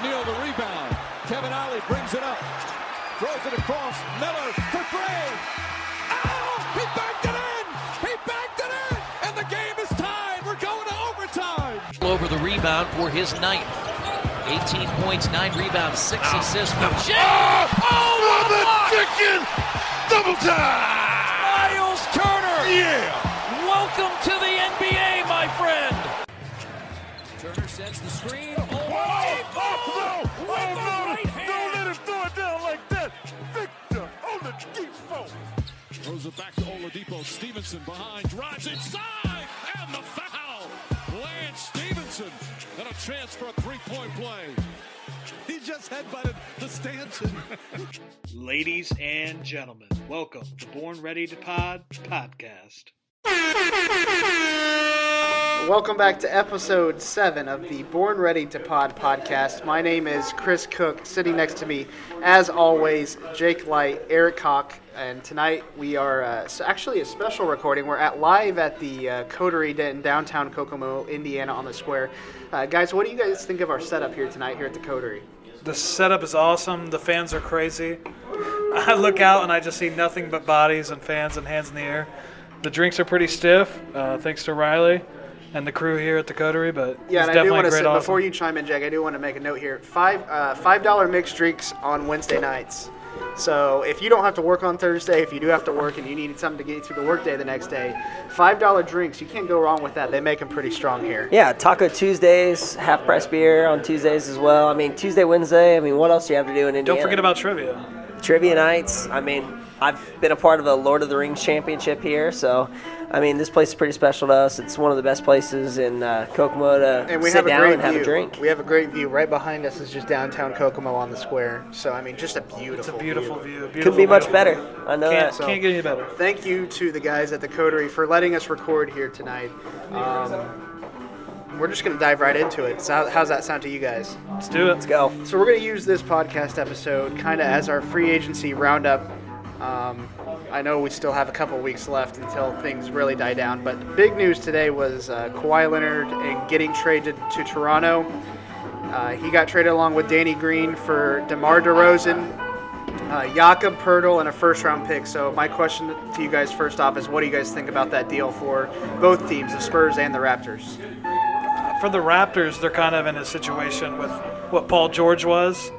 Neal the rebound. Kevin Ollie brings it up. Throws it across. Miller for three. Oh! He backed it in! He backed it in! And the game is tied. We're going to overtime. over the rebound for his ninth. 18 points, 9 rebounds, 6 assists for Jay. Oh, the chicken! Double time! Miles Turner! Yeah! Welcome to the NBA, my friend! Turner sets the screen. Whoa! Oh, no! Oh, no! Don't let him throw it down like that! Victor on the deep foul. Throws it back to Oladipo. Stevenson behind, drives inside, and the foul. Lance Stevenson, and a chance for a three-point play. He just headbutted the Stanton. Ladies and gentlemen, welcome to Born Ready to Pod podcast. Welcome back to episode seven of the Born Ready to Pod podcast. My name is Chris Cook. Sitting next to me, as always, Jake Light, Eric Hawk, and tonight we are uh, s- actually a special recording. We're at live at the uh, Coterie in downtown Kokomo, Indiana, on the square. Uh, guys, what do you guys think of our setup here tonight here at the Coterie? The setup is awesome. The fans are crazy. I look out and I just see nothing but bodies and fans and hands in the air. The drinks are pretty stiff, uh, thanks to Riley and the crew here at the Coterie. But Yeah, it's and I do definitely want to a great. say awesome. before you chime in, Jack. I do want to make a note here. Five uh, five dollar mixed drinks on Wednesday nights. So if you don't have to work on Thursday, if you do have to work and you need something to get you through the workday the next day, five dollar drinks. You can't go wrong with that. They make them pretty strong here. Yeah, Taco Tuesdays, half price beer on Tuesdays as well. I mean, Tuesday, Wednesday. I mean, what else do you have to do in Indiana? don't forget about trivia. trivia nights. I mean, I've been a part of a Lord of the Rings championship here, so I mean, this place is pretty special to us. It's one of the best places in uh, Kokomo to And we sit have a down great and view. have a drink. We have a great view. Right behind us is just downtown Kokomo on the square. So I mean, just a beautiful. It's a beautiful view. Beautiful Could be much view. better. I know Can't, that. can't get any better. Thank you to the guys at the Coterie for letting us record here tonight. Um, we're just gonna dive right into it. So how, how's that sound to you guys? Let's do it. Let's go. So we're going to use this podcast episode kind of as our free agency roundup. Um, I know we still have a couple weeks left until things really die down, but the big news today was uh, Kawhi Leonard and getting traded to Toronto. Uh, he got traded along with Danny Green for DeMar DeRozan, uh, Jakob Pertl, and a first-round pick. So my question to you guys first off is, what do you guys think about that deal for both teams, the Spurs and the Raptors? for the Raptors, they're kind of in a situation with what Paul George was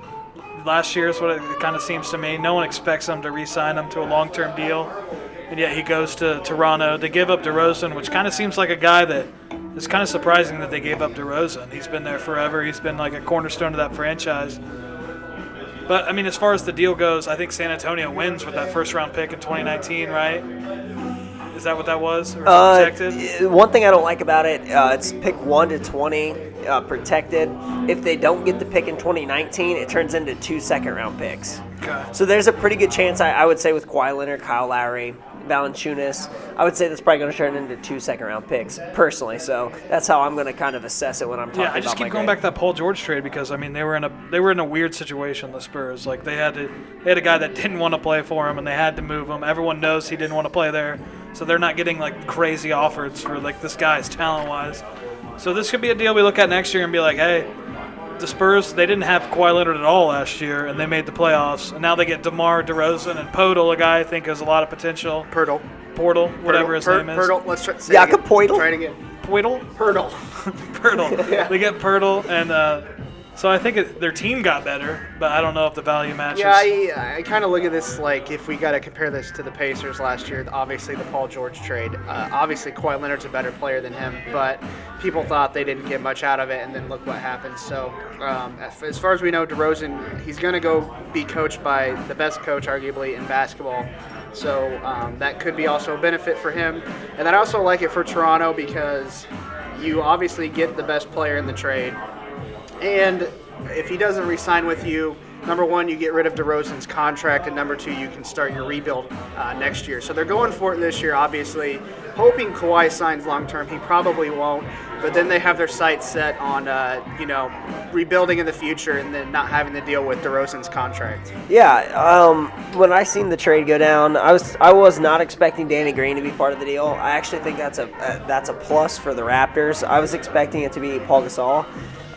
last year. Is what it kind of seems to me. No one expects them to re-sign him to a long-term deal, and yet he goes to Toronto. They give up DeRozan, which kind of seems like a guy that it's kind of surprising that they gave up DeRozan. He's been there forever. He's been like a cornerstone of that franchise. But I mean, as far as the deal goes, I think San Antonio wins with that first-round pick in 2019, right? Is that what that was? Or Uh, projected? one thing I don't like about it, uh, it's pick one to twenty uh, protected. If they don't get the pick in 2019, it turns into two second round picks. Okay. So there's a pretty good chance, I, I would say, with Kawhi Leonard, Kyle Lowry, Valanciunas, I would say that's probably going to turn into two second round picks personally. So that's how I'm going to kind of assess it when I'm talking Yeah, I just about my keep going grade. back to that Paul George trade because I mean they were in a they were in a weird situation. The Spurs like they had to they had a guy that didn't want to play for him and they had to move him. Everyone knows he didn't want to play there, so they're not getting like crazy offers for like this guy's talent wise. So this could be a deal we look at next year and be like, hey, the Spurs they didn't have Kawhi Leonard at all last year and they made the playoffs and now they get DeMar DeRozan and Podol, a guy I think has a lot of potential. Pirtle. Portal, whatever his Pirtle, name is. Pirtle. Let's try, say it Jakob again. Poeltl? Try it again. Poidle? Pirtle. Pirtle. They get Pirtle, and uh, so I think it, their team got better, but I don't know if the value matches. Yeah, I, I kind of look at this like if we got to compare this to the Pacers last year, obviously the Paul George trade. Uh, obviously, Kawhi Leonard's a better player than him, but people thought they didn't get much out of it, and then look what happened. So, um, as- as far as we know, DeRozan, he's going to go be coached by the best coach, arguably, in basketball. So, um, that could be also a benefit for him. And then I also like it for Toronto because you obviously get the best player in the trade. And if he doesn't resign with you, number one, you get rid of DeRozan's contract, and number two, you can start your rebuild uh, next year. So they're going for it this year, obviously, hoping Kawhi signs long term. He probably won't, but then they have their sights set on uh, you know rebuilding in the future and then not having to deal with DeRozan's contract. Yeah, um, when I seen the trade go down, I was I was not expecting Danny Green to be part of the deal. I actually think that's a uh, that's a plus for the Raptors. I was expecting it to be Paul Gasol,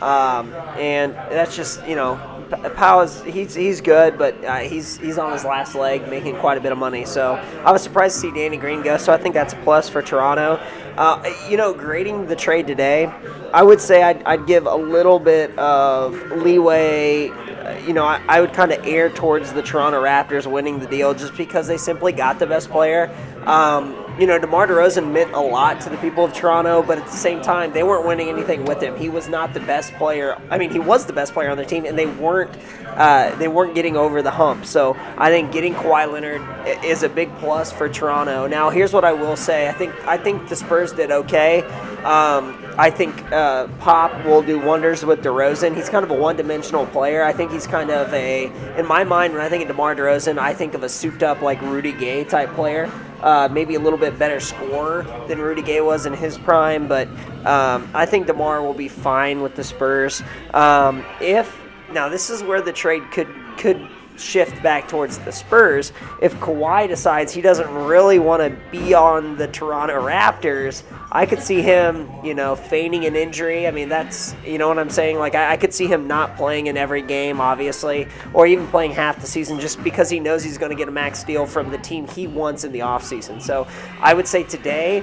um, and that's just you know, P- Powell is he's he's good, but uh, he's he's on his last leg, making quite a bit of money. So I was surprised to see Danny Green go. So I think that's a plus for Toronto. Uh, you know, grading the trade today, I would say I'd, I'd give a little bit of leeway uh, you know, I, I would kind of err towards the Toronto Raptors winning the deal just because they simply got the best player. Um, you know, DeMar DeRozan meant a lot to the people of Toronto, but at the same time, they weren't winning anything with him. He was not the best player. I mean, he was the best player on their team, and they weren't uh, they weren't getting over the hump. So I think getting Kawhi Leonard i- is a big plus for Toronto. Now, here's what I will say: I think I think the Spurs did okay. Um, I think uh, Pop will do wonders with DeRozan. He's kind of a one-dimensional player. I think he's kind of a, in my mind, when I think of DeMar DeRozan, I think of a souped-up like Rudy Gay type player. Uh, maybe a little bit better scorer than Rudy Gay was in his prime, but um, I think DeMar will be fine with the Spurs. Um, if now this is where the trade could could shift back towards the Spurs. If Kawhi decides he doesn't really want to be on the Toronto Raptors, I could see him, you know, feigning an injury. I mean, that's you know what I'm saying. Like I, I could see him not playing in every game, obviously, or even playing half the season just because he knows he's going to get a max deal from the team he wants in the offseason. So I would say today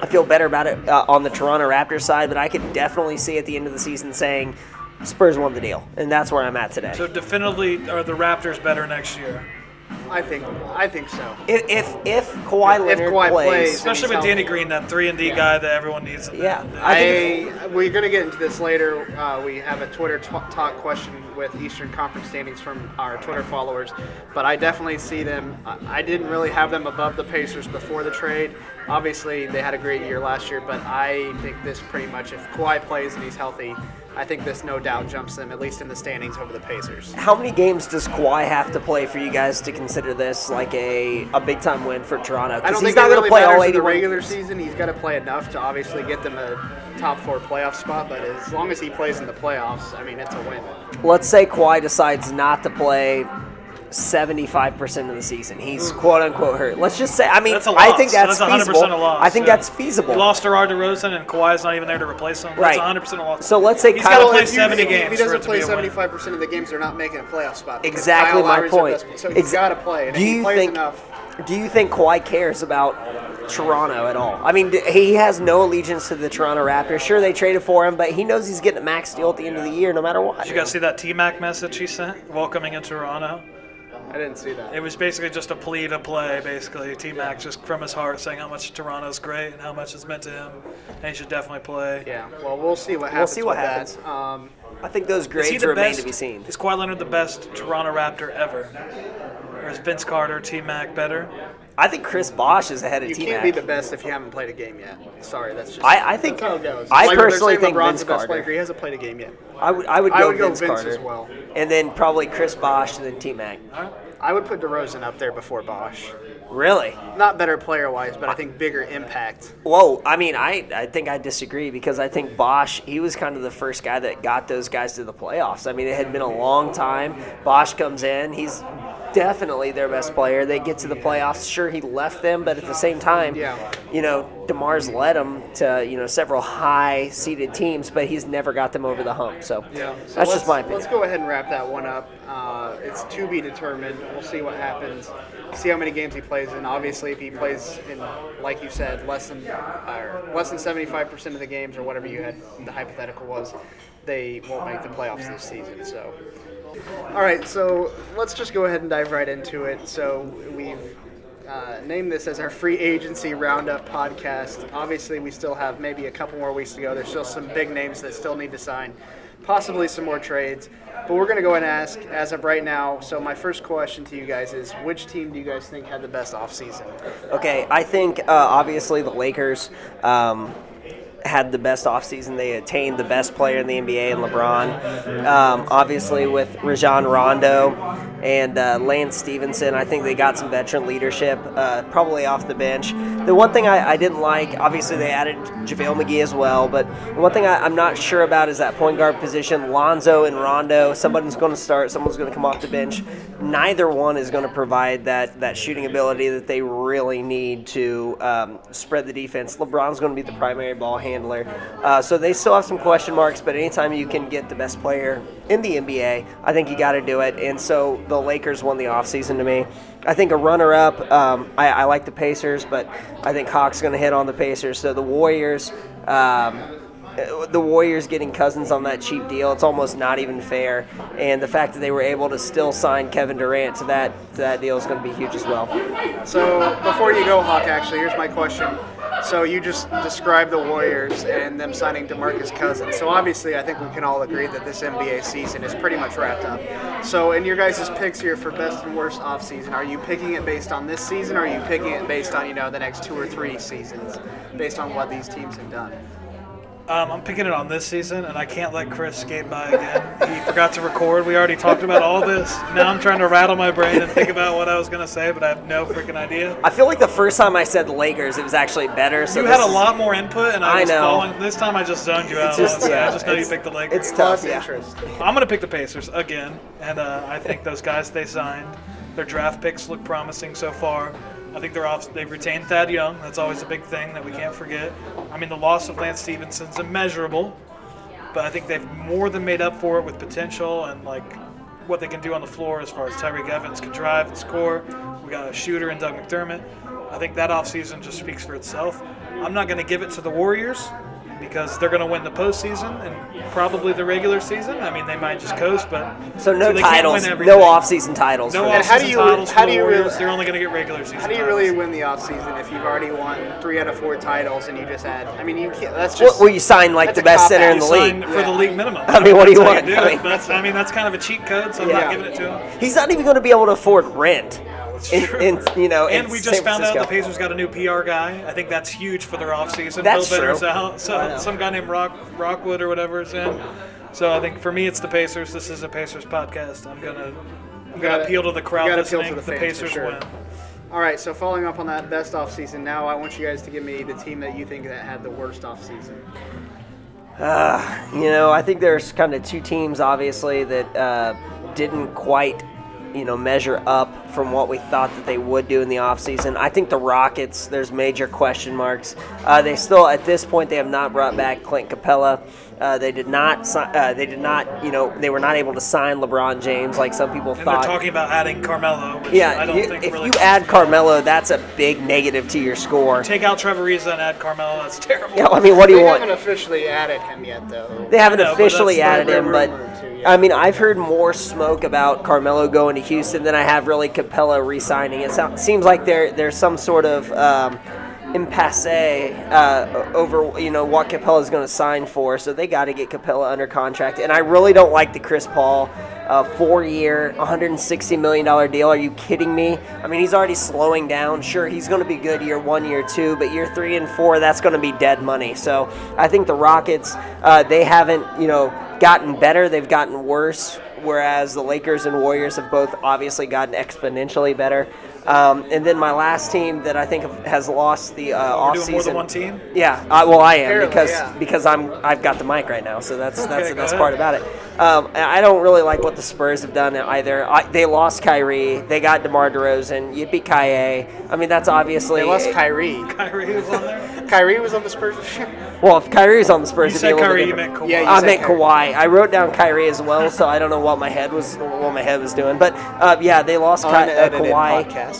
I feel better about it uh, on the Toronto Raptors side, but I could definitely see at the end of the season saying Spurs won the deal, and that's where I'm at today. So definitively, are the Raptors better next year? I think I think so. if if, if Kawhi If Leonard Kawhi plays, plays. Especially with Danny Green, that three and D guy that everyone needs. yeah, I think I, we're going to get into this later. Uh, we have a Twitter t- talk question with Eastern Conference standings from our Twitter followers, but I definitely see them. I I didn't really have them above the Pacers before the trade. Obviously, they had a great year last year, but I think this pretty much, if Kawhi plays and he's healthy, I think this no doubt jumps them, at least in the standings, over the Pacers. how many games does Kawhi have to play for you guys to consider this like a, a big time win for Toronto? I 'Cause don't he's think not that going really to play all matters in the 81 regular season. He's got to play enough to obviously get them a top four playoff spot, but as long as he plays in the playoffs, I mean, it's a win. Let's say Kawhi decides not to play 75% of the season. He's quote unquote hurt. Let's just say, I mean, That's a I loss. think that's, That's 100% feasible. a loss, I think yeah. that's feasible. You lost DeRozan DeRozan, and Kawhi's not even there to replace him. Right. That's 100 percent a loss. So let's say He's Kyle- gotta Well, play if you- 70 if games. He for doesn't it to play be a win. 75 percent of the games. They're not making a playoff spot. because Exactly Kyle my Lowry's their point. best- so he's Ex- got to play. And do if he you plays think? enough, Do you think Kawhi cares about Toronto at all? I mean, d- he has no allegiance to the Toronto Raptors. Sure, they traded for him, but he knows he's getting a max deal at the end of the year, no matter what. Did you guys see that T Mac message he sent welcoming in Toronto? I didn't see that. It was basically just a plea to play, basically. T Mac just from his heart saying how much Toronto's great and how much it's meant to him, and he should definitely play. yeah. Well, we'll see what happens. see what with happens. That. Um, I think those Is he grades the remain best- to be seen. Is Kawhi Leonard the best Toronto Raptor ever? Or is Vince Carter, T Mac better? I think Chris Bosch is ahead of you T can't be Mac. the best if you haven't played a game yet. Sorry, that's just. I- I think- that's how it goes. I Like when they're personally saying think LeBron's Vince the best Carter. player. He hasn't played a game yet. I would, I would go, I would go Vince, Vince Carter, as well. and then probably Chris Bosch, and then T Mac. I would put DeRozan up there before Bosch. Really? Not better player wise, but I think bigger impact. Whoa, I mean, I, I think I disagree because I think Bosch, he was kind of the first guy that got those guys to the playoffs. I mean, it had been a long time. Bosch comes in, he's definitely their best player. They get to the playoffs. Sure, he left them, but at the same time, Yeah. you know, DeMar's led them to, you know, several high seeded teams, but he's never got them over the hump. So, So that's let's- just my Let's opinion. go ahead and wrap that one up. Uh, it's to be determined. We'll see what happens. See how many games he plays in. Obviously, if he plays in, like you said, less than or less than seventy-five percent of the games, or whatever you had the hypothetical was, they won't make the playoffs this season. So, all right. So let's just go ahead and dive right into it. So we've. Uh, named this as our free agency roundup podcast. Obviously, we still have maybe a couple more weeks to go. There's still some big names that still need to sign possibly some more trades. But we're going to go and ask as of right now. So my first question to you guys is, which team do you guys think had the best offseason? Okay, I think uh, obviously the Lakers. Um, had the best offseason. They attained the best player in the NBA in LeBron. Um, obviously, with Rajon Rondo and uh, Lance Stevenson, I think they got some veteran leadership, uh, probably off the bench. The one thing I, I didn't like, obviously, they added JaVale McGee as well, but the one thing I, I'm not sure about is that point guard position. Lonzo and Rondo, somebody's going to start, someone's going to come off the bench. Neither one is going to provide that, that shooting ability that they really need to um, spread the defense. LeBron's going to be the primary ball handler. Uh, so they still have some question marks, but anytime you can get the best player in the NBA, I think you got to do it. And so the Lakers won the offseason to me. I think a runner up, um, I, I like the Pacers, but I think Hawks going to hit on the Pacers. So the Warriors. Um, uh, the Warriors getting Cousins on that cheap deal, it's almost not even fair. And the fact that they were able to still sign Kevin Durant to that to that deal is going to be huge as well. So before you go, Hawk, actually, here's my question. So you just described the Warriors and them signing DeMarcus Cousins. So obviously, I think we can all agree that this NBA season is pretty much wrapped up. So in your guys' picks here for best and worst offseason, are you picking it based on this season, or are you picking it based on you know the next two or three seasons, based on what these teams have done? Um, I'm picking it on this season, and I can't let Chris skate by again. he forgot to record. We already talked about all this. Now I'm trying to rattle my brain and think about what I was going to say, but I have no freaking idea. I feel like the first time I said the Lakers, it was actually better. So You had this a is- lot more input, and I I was know. following. This time I just zoned you out. just- honestly. yeah, I just know you it's- picked the Lakers. It's tough. Lost Yeah. interest. I'm going to pick the Pacers again, and uh, I think those guys they signed, their draft picks look promising so far. I think they're off. They've retained Thad Young. That's always a big thing that we can't forget. I mean, the loss of Lance Stevenson's immeasurable, but I think they've more than made up for it with potential and like what they can do on the floor as far as Tyreek Evans can drive and score. We got a shooter in Doug McDermott. I think that offseason just speaks for itself. I'm not going to give it to the Warriors because they're going to win the postseason and probably the regular season. I mean, they might just coast, but So no they can't titles, win no everything. offseason titles. No for offseason them. And how do you- titles how for do the you Warriors. really- they're only going to get regular season. How do you titles. really win the offseason if you've already won three out of four titles and you just had? I mean, you can't. That's Well, just. well, you sign like That's the a best cop-out. center in the You Sign league. for the league minimum? I mean, what do you That's how want? do I it. mean- that's, I mean, that's kind of a cheat code, so I'm Yeah. not giving it to him. He's not even going to be able to afford rent. In, Sure. in, you know, and in we San just found out the Francisco. Pacers got a new PR guy. I think that's huge for their offseason. That's Bill Bitter's true. out. I know. So some guy named Rock Rockwood or whatever is in. So I think for me, it's the Pacers. This is a Pacers podcast. I'm gonna I'm gonna gotta- appeal to the you crowd gotta appeal listening. to the the fans for Pacers sure. win. All right, so following up on that best offseason, now I want you guys to give me the team that you think that had the worst offseason. You know, I think there's kind of two teams, obviously, that uh, didn't quite, you know, measure up from what we thought that they would do in the offseason. I think the Rockets, there's major question marks. Uh, they still, at this point, they have not brought back Clint Capella. Uh, they did not. si- Uh, they did not. You know, they were not able to sign LeBron James like some people And thought. they're talking about adding Carmelo. Which yeah, I don't you- think if really you add Carmelo, that's a big negative to your score. take out Trevoriza and add Carmelo, that's terrible. Yeah, I mean, what do They you haven't want? officially added him yet, though. They haven't No, but officially that's added the him, but rumor too, yeah. I mean, I've heard more smoke about Carmelo going to Houston than I have really Capella re-signing. It sounds, seems like there there's some sort of um, impasse uh, over you know what Capella's going to sign for, so they got to get Capella under contract. And I really don't like the Chris Paul uh, four-year, 160 million dollar deal. Are you kidding me? I mean, he's already slowing down. Sure, he's going to be good year one, year two, but year three and four, that's going to be dead money. So I think the Rockets, uh, they haven't you know gotten better, they've gotten worse, whereas the Lakers and Warriors have both obviously gotten exponentially better. Um, and then my last team that I think has lost the uh, We're off doing more than one season. team. Yeah, I, well, I am Apparently, because yeah. because I'm I've got the mic right now, so that's that's Okay, the go best ahead. part about it. Um, and I don't really like what the Spurs have done either. I, they lost Kyrie, they got DeMar DeRozan, Yippee Kaye. I mean, that's obviously They lost Kyrie. uh, Kyrie was on there. Kyrie was on the Spurs this year? Well, if Kyrie's on the Spurs, You it'd be a said little bit Kyrie, you different. meant Kawhi. Yeah, you I said meant Kyrie. Kawhi. I wrote down Kyrie as well, so I don't know what my head was what my head was doing. But uh, yeah, they lost Ky- uh, Unedited Kawhi. podcast.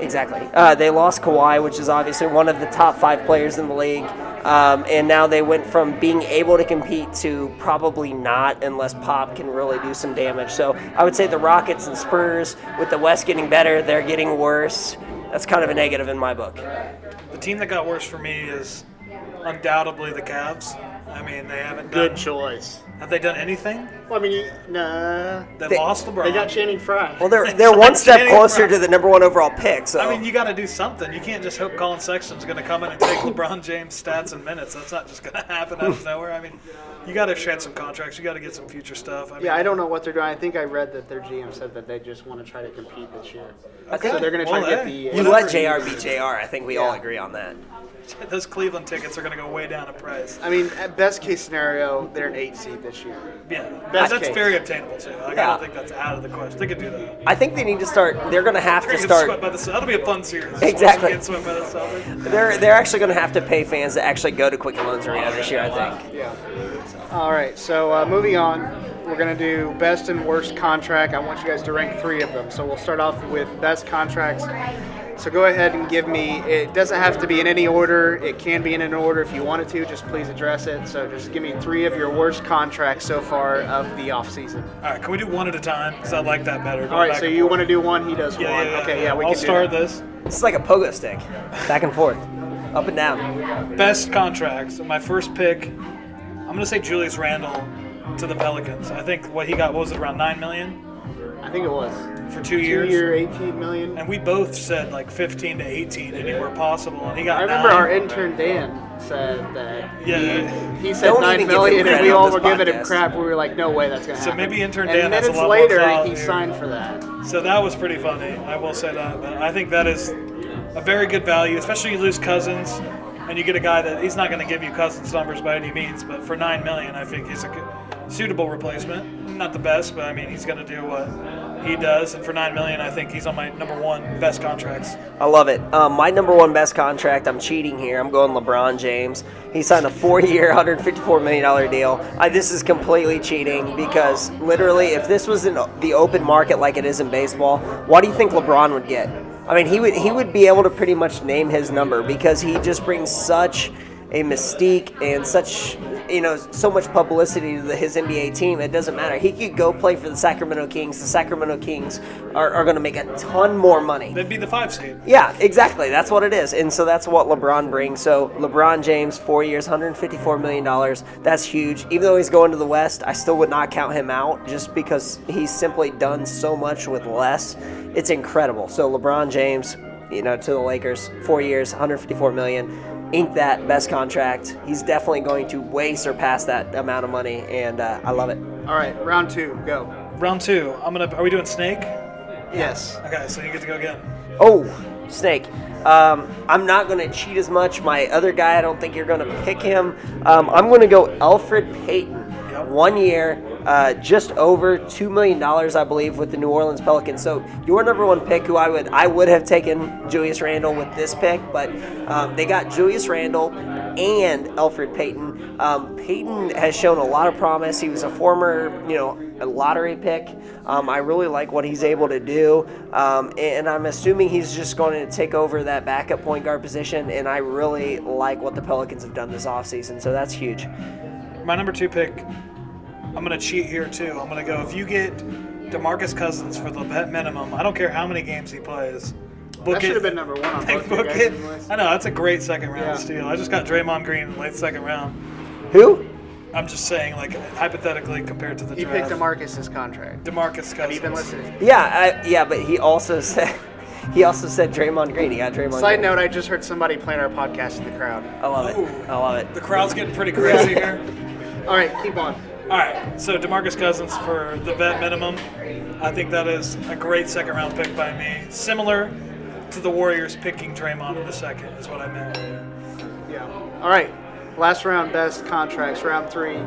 Exactly. Uh, they lost Kawhi, which is obviously one of the top five players in the league. Um, and now they went from being able to compete to probably not unless Pop can really do some damage. So I would say the Rockets and Spurs, with the West getting better, they're getting worse. That's kind of a negative in my book. The team that got worse for me is undoubtedly the Cavs. I I mean, they haven't done. Good choice. Have they done anything? Well, I mean, you, nah. They, They- lost LeBron. They got Channing Frye. Well, they're they're one step Channing closer Frye. to the number one overall pick. So I mean, you got to do something. You can't just hope Colin Sexton's going to come in and take LeBron James stats and minutes. That's not just going to happen out of nowhere. I mean, you got to shed some contracts. You got to get some future stuff. I mean, yeah, I don't know what they're doing. I think I read that their GM said that they just want to try to compete this year. I think- so they're going to try Well, to get hey. the. uh, you whatever let it Jr. be Jr. I think we all Yeah. agree on that. those Cleveland tickets are going to go way down in price. I mean, at best case scenario, they're an eight seed this year. Yeah, Best that's, that's case. very obtainable too. Like, I Yeah. don't think that's out of the question. They could do that. I think they need to start. They're going to have They're gonna to get swept start. by the, that'll be a fun series. Exactly. Get swept by the Celtics. They're they're actually going to have to pay fans to actually go to Quick Loans Arena this year. I think. Yeah. All right, so uh, moving on, we're going to do best and worst contract. I want you guys to rank three of them. So we'll start off with best contracts. So go ahead and give me. It doesn't have to be in any order. It can be in an order if you wanted to. Just please address it. So just give me three of your worst contracts so far of the offseason. All right, can we do one at a time? Because I like that better. All right, so you want to do one, he does Yeah, one. yeah, yeah, okay, yeah, we I'll can start do that. this. It's like a pogo stick, back and forth, up and down. Best contracts. My first pick, I'm gonna say Julius Randle to the Pelicans. I think what he got what was it around nine million I think it was for two two years. year, 18 million. And we both said like 15 to 18 anywhere possible, and he got. I remember nine. our intern Dan said that. Yeah, He said Don't nine even give him million, and credit we on all this were giving him podcast. crap. We were like, "No way, that's gonna So happen." maybe intern and Dan has a minutes lot more later, clout he here. signed for that. So that was pretty funny. I will say that. But I think that is a very good value, especially you lose Cousins, and you get a guy that he's not going to give you Cousins numbers by any means. But for nine million, I think he's a good, suitable replacement. Not the best, but I mean he's going to do what he does. And for nine million, I think he's on my number one best contracts. I love it. Um, my number one best contract. I'm cheating here. I'm going LeBron James. He signed a four-year, 154 million dollar deal. I, this is completely cheating because literally, if this was in the open market like it is in baseball, what do you think LeBron would get? I mean, he would he would be able to pretty much name his number because he just brings such a mystique and such you know so much publicity to the, his NBA team. It doesn't matter. He could go play for the Sacramento Kings. The Sacramento Kings are, are going to make a ton more money. They'd be the five seed. Yeah, exactly. That's what it is. And so that's what LeBron brings. So LeBron James, four years, $154 million. That's huge. Even though he's going to the West, I still would not count him out just because he's simply done so much with less. It's incredible. So LeBron James, you know, to the Lakers, four years, $154 million. Ink that best contract. He's definitely going to way surpass that amount of money, and uh, I love it. All right, round two, go. Round two. I'm gonna. Are we doing snake? Yes. Okay, so you get to go again. Oh, Snake. Um, I'm not going to cheat as much. My other guy, I don't think you're going to pick him. Um, I'm going to go Alfred Payton. One year, uh, just over $2 million, I believe, with the New Orleans Pelicans. So your number one pick, who I would I would have taken Julius Randle with this pick, but um, they got Julius Randle and Alfred Payton. Um, Payton has shown a lot of promise. He was a former, you know, a lottery pick. Um, I really like what he's able to do, um, and I'm assuming he's just going to take over that backup point guard position. And I really like what the Pelicans have done this offseason, so that's huge. My number two pick, I'm going to cheat here too. I'm going to go if you get Demarcus Cousins for the vet minimum, I don't care how many games he plays. Book That should have been number one on Take both book your guys' it. list. I know, that's a great second round Yeah. steal. I just got Draymond Green in the late second round. Who? I'm just saying, like, hypothetically compared to the He draft. picked Demarcus's contract. Demarcus Cousins. Have you been listening? Yeah, I, yeah, but he also said he also said Draymond Green. He got Draymond. Side Green. note: I just heard somebody playing our podcast in the crowd. I love it. I love The it. crowd's getting pretty crazy here. All right, keep on. All right, so Demarcus Cousins for the vet minimum. I think that is a great second round pick by me. Similar to the Warriors picking Draymond in the second, is what I meant. Yeah. All right, last round, best contracts, round three.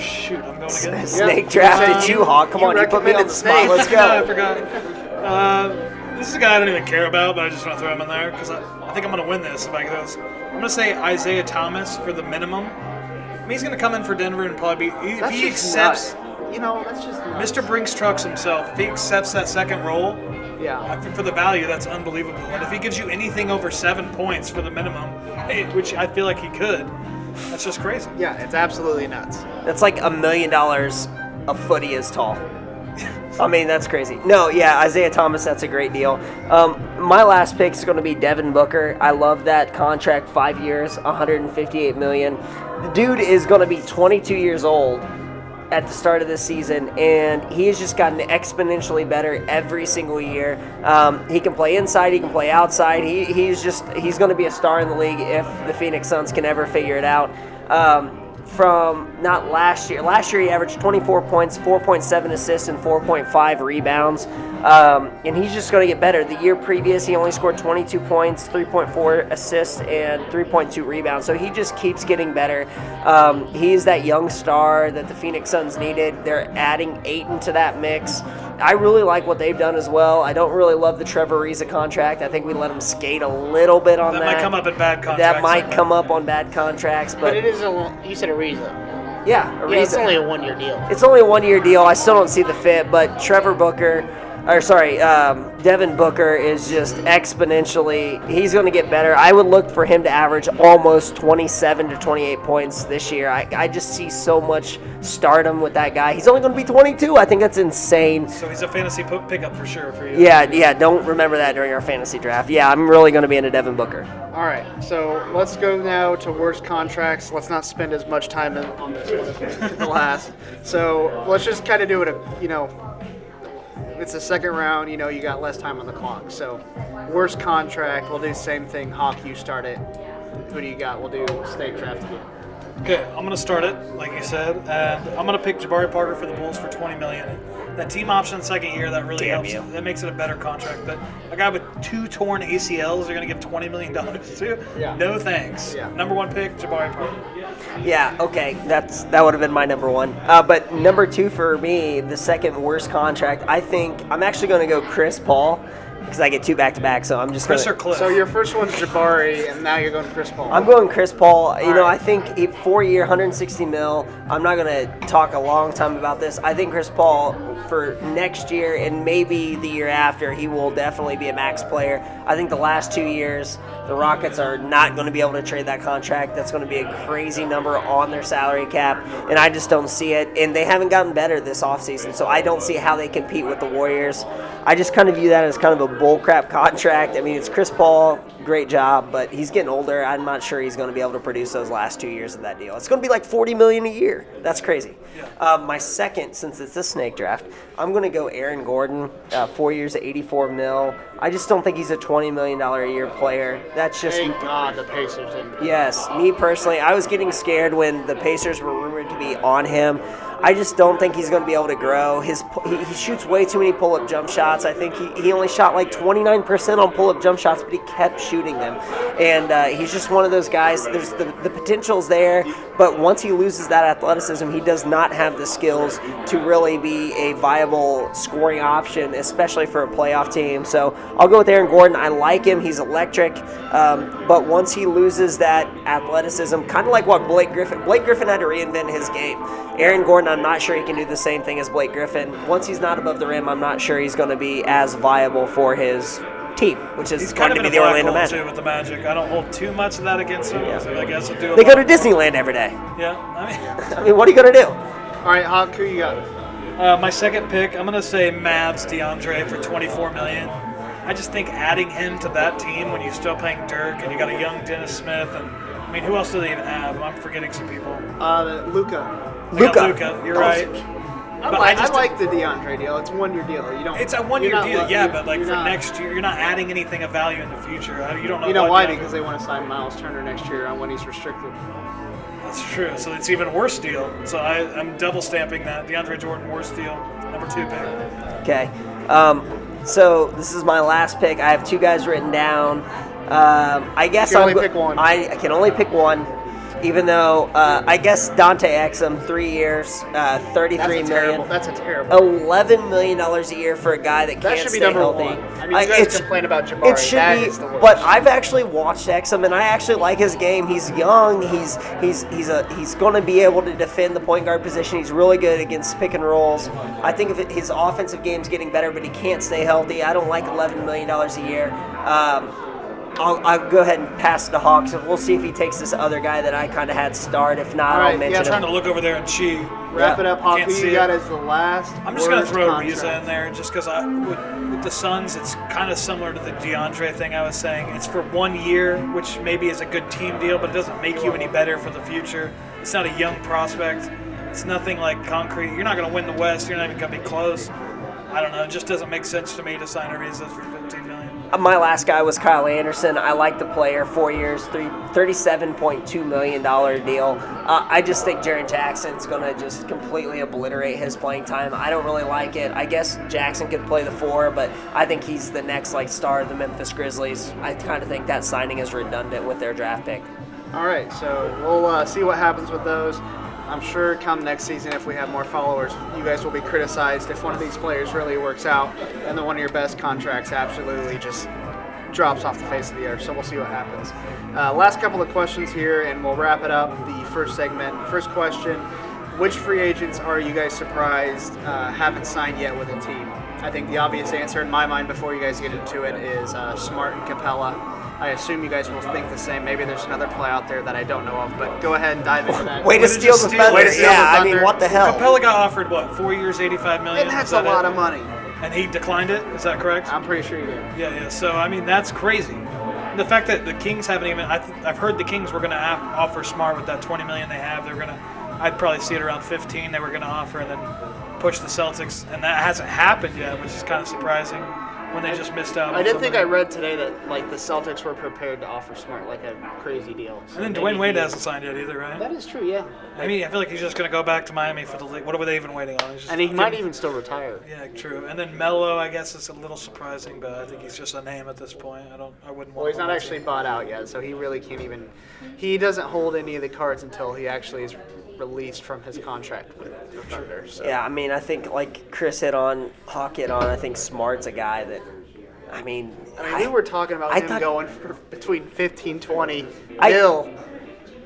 Shoot, I'm going again. Snake Yeah. drafted Um, you, Hawk. Come you on, you put me on recommended the spot. Snake. Let's Yeah, I go. forgot. Uh, this is a guy I don't even care about, but I just want to throw him in there because I, I think I'm going to win this if I go. I'm going to say Isaiah Thomas for the minimum. I mean, he's going to come in for Denver and probably be, if That's he just accepts. nuts. You know, that's just nuts. Mr. Brinks Trucks himself, if he accepts that second role, I Yeah. think for the value, that's unbelievable. And if he gives you anything over seven points for the minimum, hey, which I feel like he could, that's just crazy. Yeah, it's absolutely nuts. That's like a million dollars a foot he is tall. I mean, that's crazy. No, yeah, Isaiah Thomas, that's a great deal. Um, my last pick is going to be Devin Booker. I love that contract, five years, 158 million. The dude is going to be 22 years old at the start of this season, and he has just gotten exponentially better every single year. Um, he can play inside, he can play outside. He, he's just he's going to be a star in the league if the Phoenix Suns can ever figure it out. Um, from not last year. Last year he averaged 24 points, 4.7 assists, and 4.5 rebounds. Um, and he's just going to get better. The year previous, he only scored 22 points, 3.4 assists, and 3.2 rebounds. So he just keeps getting better. Um, he's that young star that the Phoenix Suns needed. They're adding Aiton to that mix. I really like what they've done as well. I don't really love the Trevor Reza contract. I think we let him skate a little bit on that. That might come up in bad That contracts. might come up on bad contracts, But it is a long, you said Ariza. yeah, Yeah, it's Ariza. only a one year deal. It's only a one year deal. I still don't see the fit, but Trevor Booker, or sorry, um, Devin Booker is just exponentially, he's going to get better. I would look for him to average almost 27 to 28 points this year. I, I just see so much stardom with that guy. He's only going to be 22. I think that's insane. So he's a fantasy po- pickup for sure for you. Yeah, yeah, don't remember that during our fantasy draft. Yeah, I'm really going to be into Devin Booker. All right, so let's go now to worst contracts. Let's not spend as much time in- on this one as the last. So let's just kind of do it. A, you know, it's the second round. You know, you got less time on the clock. So worst contract. We'll do the same thing. Hawk, you start it. Who do you got? We'll do snake draft again. Okay, I'm gonna start it, like you said, and I'm gonna pick Jabari Parker for the Bulls for 20 million. That team option second year that really helps. you. That makes it a better contract. But a guy with two torn ACLs, you're gonna give 20 million dollars to? Yeah. No thanks. Yeah. Number one pick, Jabari Parker. Yeah, okay, that's that would have been my number one. Uh, but number two for me, the second worst contract, I think I'm actually going to go Chris Paul because I get two back to back. So I'm just Chris gonna, or Cliff? So your first one's Jabari, and now you're going Chris Paul. I'm going Chris Paul. You know, right. I think he- four year, 160 mil. I'm not going to talk a long time about this. I think Chris Paul for next year and maybe the year after, he will definitely be a max player. I think the last two years, the Rockets are not going to be able to trade that contract. That's going to be a crazy number on their salary cap, and I just don't see it. And they haven't gotten better this offseason, so I don't see how they compete with the Warriors. I just kind of view that as kind of a bullcrap contract. I mean, it's Chris Paul, great job, but he's getting older. I'm not sure he's going to be able to produce those last two years of that deal. It's going to be like 40 million a year. That's crazy. Uh, my second, since it's a snake draft, I'm going to go Aaron Gordon, uh, four years at 84 mil. I just don't think he's a 20 million dollar a year player. That's just Thank God the Pacers didn't. Yes, me personally, I was getting scared when the Pacers were rumored to be on him. I just don't think he's going to be able to grow. His pu- he, he shoots way too many pull-up jump shots. I think he, he only shot like 29% on pull-up jump shots, but he kept shooting them. And uh, he's just one of those guys. There's the the potential's there, but once he loses that athleticism, he does not have the skills to really be a viable scoring option, especially for a playoff team. So I'll go with Aaron Gordon. I like him. He's electric. Um, but once he loses that athleticism, kind of like what Blake Griffin, Blake Griffin had to reinvent his game. Aaron Gordon, I'm not sure he can do the same thing as Blake Griffin. Once he's not above the rim, I'm not sure he's going to be as viable for his team, which is He's kind going of in to be a the black Orlando hole, Magic. too with the Magic. I don't hold too much of that against him. Yeah. So I guess I'll do a They lot. go to Disneyland every day. Yeah. I mean. I mean, what are you going to do? All right, Hawk, who you got? Uh, my second pick, I'm gonna say Mavs DeAndre for 24 million. I just think adding him to that team when you're still playing Dirk and you got a young Dennis Smith and I mean who else do they even have? I'm forgetting some people. Uh, Luca. They got Luka. Luka, you're right. I But like, I just- like the DeAndre deal. It's one year deal. You don't. It's a you're one-year not deal, lo- yeah, you're- but like you're for not- next year, you're not adding anything of value in the future. I- You don't know. You know what why? now. Because they want to sign Miles Turner next year on when he's restricted. that's true. So it's even worse deal. So I, I'm double stamping that DeAndre Jordan worse deal, number two pick. Okay. Um, so this is my last pick. I have two guys written down. Um, I guess You can I'm only go- pick one. I, I can only pick one. Even though uh, I guess Dante Exum, three years, uh, That's thirty-three a million. terrible. That's a terrible. Eleven million dollars a year for a guy that, That can't should be stay number healthy. one. I mean, you guys it's- complain about Jabari. It should That be, is the worst. but I've actually watched Exum, and I actually like his game. He's young. He's he's he's a he's going to be able to defend the point guard position. He's really good against pick and rolls. I think if it, his offensive game's getting better, but he can't stay healthy. I don't like eleven million dollars a year. Um, I'll, I'll go ahead and pass the Hawks. and We'll see if he takes this other guy that I kind of had start. If not, All right, I'll yeah, mention trying him. to look over there and cheat. Wrap it up, Hawk. Can't Who see you got it. as the last? I'm just gonna worst throw contract? Ariza in there just because I with, with the Suns, it's kind of similar to the DeAndre thing I was saying. It's for one year, which maybe is a good team deal, but it doesn't make you any better for the future. It's not a young prospect. It's nothing like concrete. You're not gonna win the West. You're not even gonna be close. I don't know. It just doesn't make sense to me to sign Ariza for 15 million. My last guy was Kyle Anderson. I like the player. Four years, three, $37.2 million deal. Uh, I just think Jaron Jackson's going to just completely obliterate his playing time. I don't really like it. I guess Jackson could play the four, but I think he's the next like star of the Memphis Grizzlies. I kind of think that signing is redundant with their draft pick. All right, so we'll uh, see what happens with those. I'm sure come next season, if we have more followers, you guys will be criticized if one of these players really works out and then one of your best contracts absolutely just drops off the face of the earth. So we'll see what happens. Uh, last couple of questions here, and we'll wrap it up. The first segment. First question Which free agents are you guys surprised uh, haven't signed yet with a team? I think the obvious answer in my mind before you guys get into it is uh, Smart and Capella. I assume you guys will think the same. Maybe there's another play out there that I don't know of, but go ahead and dive into that. to Way to steal just the steal- feathers. way to steal the yeah, I mean, thunder. what the hell? Capella got offered what? Four years, 85 million. And Is that's a that lot it? of money. And he declined it. Is that correct? I'm pretty sure you did. Yeah, yeah. So I mean, that's crazy. The fact that the Kings haven't even. I th- I've heard the Kings were going to offer Smart with that 20 million they have. They're going to. I'd probably see it around 15. They were going to offer and then push the Celtics, and that hasn't happened yet, which is kind of surprising when they just missed out. I did think I read today that like the Celtics were prepared to offer Smart like a crazy deal. So And then maybe Dwayne Wade he- hasn't signed yet either, right? That is true, yeah. I mean, I feel like he's just going to go back to Miami for the. league. What were they even waiting on? He's just And he might even still retire. Yeah, true. And then Melo, I guess, is a little surprising, but I think he's just a name at this point. I don't. I wouldn't. Well, want he's not him on the actually team. bought out yet, so he really can't even. He doesn't hold any of the cards until he actually is released from his contract with the Thunder. So. Yeah, I mean, I think like Chris hit on, Hawk hit on. I think Smart's a guy that, I mean, I mean, we were talking about I him thought- going for between 15, 20 I- mil.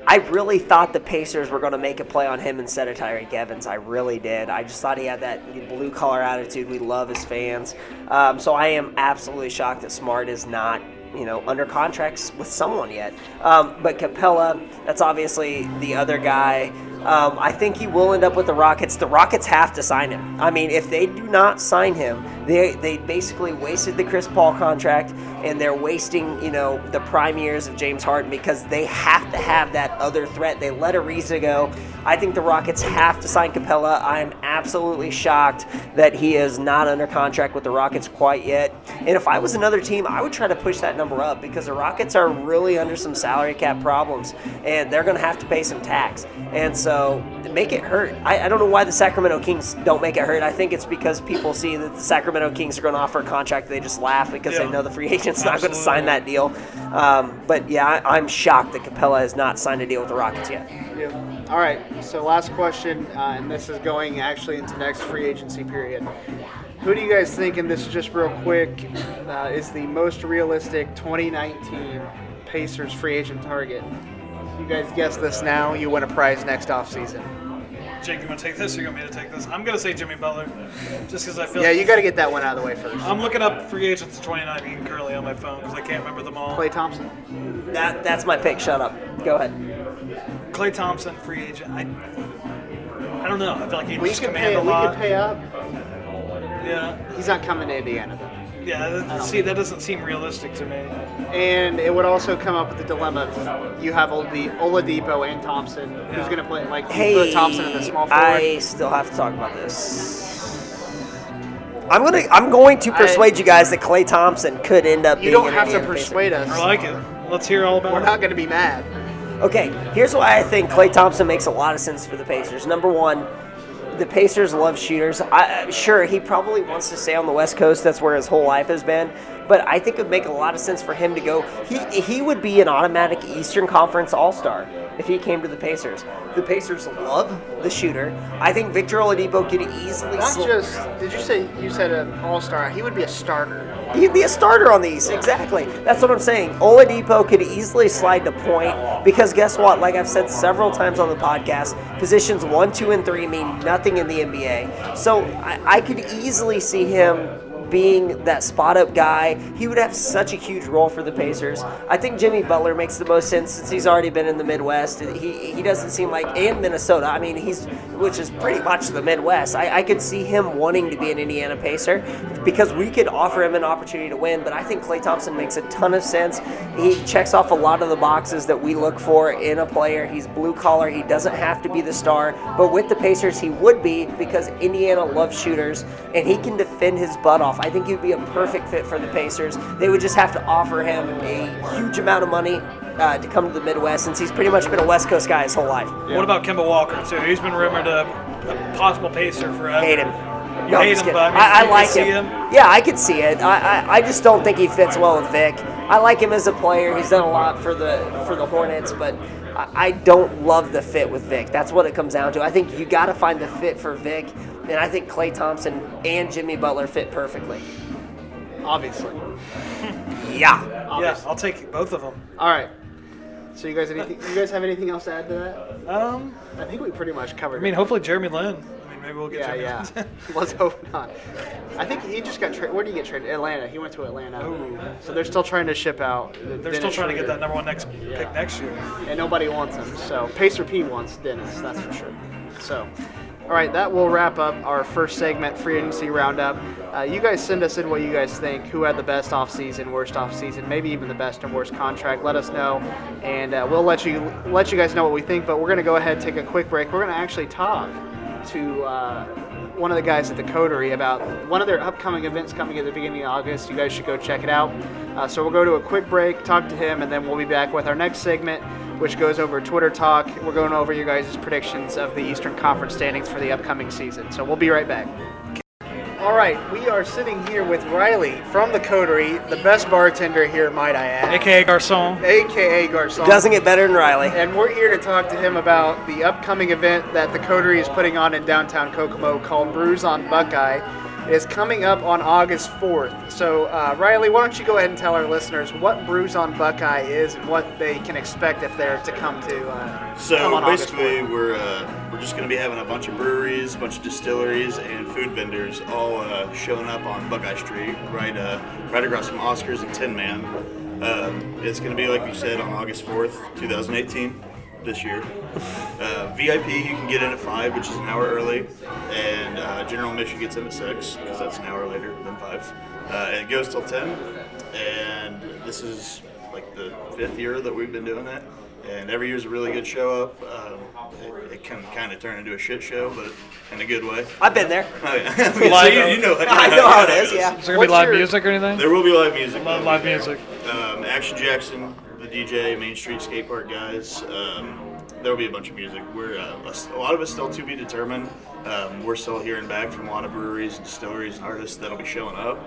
I really thought the Pacers were going to make a play on him instead of Tyreek Evans. I really did. I just thought he had that blue collar attitude. We love his fans. Um, so I am absolutely shocked that Smart is not, you know, under contracts with someone yet. Um, but Capella, that's obviously the other guy. Um, I think he will end up with the Rockets. The Rockets have to sign him. I mean, if they do not sign him, they they basically wasted the Chris Paul contract, and they're wasting you know the prime years of James Harden because they have to have that other threat. They let Ariza go. I think the Rockets have to sign Capella. I am absolutely shocked that he is not under contract with the Rockets quite yet. And if I was another team, I would try to push that number up because the Rockets are really under some salary cap problems, and they're going to have to pay some tax. And so make it hurt. I, I don't know why the Sacramento Kings don't make it hurt. I think it's because people see that the Sacramento Kings are going to offer a contract. They just laugh because Yeah. they know the free agent's not going to Absolutely. sign that deal. Um, but yeah, I, I'm shocked that Capella has not signed a deal with the Rockets yet. Yeah. All right. So last question, uh, and this is going actually into next free agency period. Who do you guys think? And this is just real quick. Uh, is the most realistic 2019 Pacers free agent target? You guys guess this now. You win a prize next offseason. Jake, you want to take this or you want me to take this? I'm going to say Jimmy Butler just because I feel Yeah, like you got to get that one out of the way first. I'm looking up free agents of 2019 currently on my phone because I can't remember them all. Clay Thompson. That, that's my pick. Shut up. Go ahead. Clay Thompson, free agent. I, I don't know. I feel like he We just could command pay. a We could lot. pay up. yeah, He's not coming to Indiana. Though. yeah. that- See, that doesn't seem realistic to me. And it would also come up with the dilemma of you have Oladi- Oladipo and Thompson. Who's Yeah. going to play? Like, you Hey, put Thompson in the small forward. I still have to talk about this. I'm gonna. I'm going to persuade you guys that Clay Thompson could end up. You being don't an have to Indiana Pacer. persuade I us. like it. Let's hear all about We're it. not going to be mad. Okay, here's why I think Clay Thompson makes a lot of sense for the Pacers. Number one, the Pacers love shooters. I, I'm sure, he probably wants to stay on the West Coast. That's where his whole life has been. But I think it would make a lot of sense for him to go. He he would be an automatic Eastern Conference All Star if he came to the Pacers. The Pacers love the shooter. I think Victor Oladipo could easily. Not slip- just. Did you say you said an all star? He would be a starter. He'd be a starter on these. Exactly. That's what I'm saying. Oladipo could easily slide to point because guess what? Like I've said several times on the podcast, positions one, two, and three mean nothing in the NBA. So I, I could easily see him being that spot up guy. He would have such a huge role for the Pacers. I think Jimmy Butler makes the most sense since he's already been in the Midwest. He he doesn't seem like and Minnesota. I mean, he's which is pretty much the Midwest. I, I could see him wanting to be an Indiana Pacer because we could offer him an opportunity to win. But I think Clay Thompson makes a ton of sense. He checks off a lot of the boxes that we look for in a player. He's blue collar. He doesn't have to be the star, but with the Pacers, he would be because Indiana loves shooters and he can defend his butt off. I think he'd be a perfect fit for the Pacers. They would just have to offer him a huge amount of money uh, to come to the Midwest since he's pretty much been a West Coast guy his whole life. What about Kemba Walker too? He's been rumored a, a possible pacer forever. Hate him. You No, I'm hate just him, kidding. but I, mean, I, I you can like see him. Yeah, I could see it. I, I, I just don't think he fits well with Vic. I like him as a player. He's done a lot for the for the Hornets, but I, I don't love the fit with Vic. That's what it comes down to. I think you got to find the fit for Vic, and I think Clay Thompson and Jimmy Butler fit perfectly. Obviously. Yeah. Yeah, I'll take both of them. All right. So you guys, anything? You guys have anything else to add to Um, that? I think we pretty much covered. I mean, hopefully Jeremy Lin. I mean, maybe we'll it. get yeah, Jeremy yeah. Lin. Let's hope not. I think he just got traded. Where did he get traded? Atlanta. He went to Atlanta. Ooh. So they're still trying to ship out. Oh. They're still trying to get that number one next Yeah. pick next year. and nobody wants him. So Pacer P wants Dennis, that's for sure. So, all right, that will wrap up our first segment, free agency roundup. Uh, you guys send us in what you guys think. Who had the best offseason, worst offseason, maybe even the best and worst contract? Let us know, and uh, we'll let you let you guys know what we think. But we're gonna go ahead, take a quick break. We're gonna actually talk to. Uh, one of the guys at the Coterie about one of their upcoming events coming at the beginning of August. You guys should go check it out. Uh, so we'll go to a quick break, talk to him, and then we'll be back with our next segment, which goes over Twitter talk. We're going over your guys' predictions of the Eastern Conference standings for the upcoming season. So we'll be right back. All right, we are sitting here with Riley from the Coterie, the best bartender here, might I add, AKA Garcon. aka Garcon. Doesn't get better than Riley. And we're here to talk to him about the upcoming event that the Coterie is putting on in downtown Kokomo called Brews on Buckeye. It's coming up on August 4th. So, uh, Riley, why don't you go ahead and tell our listeners what Brews on Buckeye is and what they can expect if they're to come to uh, come So on August basically, 4th. we're uh, we're just going to be having a bunch of breweries, a bunch of distilleries, and food vendors all uh, showing up on Buckeye Street, right uh, right across from Oscars and Tin Man. Uh, it's going to be like you said on August fourth, two thousand eighteen, this year. Uh, VIP you can get in at five, which is an hour early, and uh, general admission gets in at six because that's an hour later than five. Uh, and it goes till ten, and this is like the fifth year that we've been doing it and every year's a really good show up. Um, it, it can kind of turn into a shit show, but in a good way. I've been there. Oh, yeah. So you, you know, I know how it is. Yeah. Is there gonna be What's live your- music or anything? There will be live music. Love We'll live be there. music. Um, Action Jackson, the DJ, Main Street Skate Park guys. Um, there will be a bunch of music. We're uh, us- a lot of us still to be determined. Um, we're still hearing back from a lot of breweries, distilleries, and artists that'll be showing up.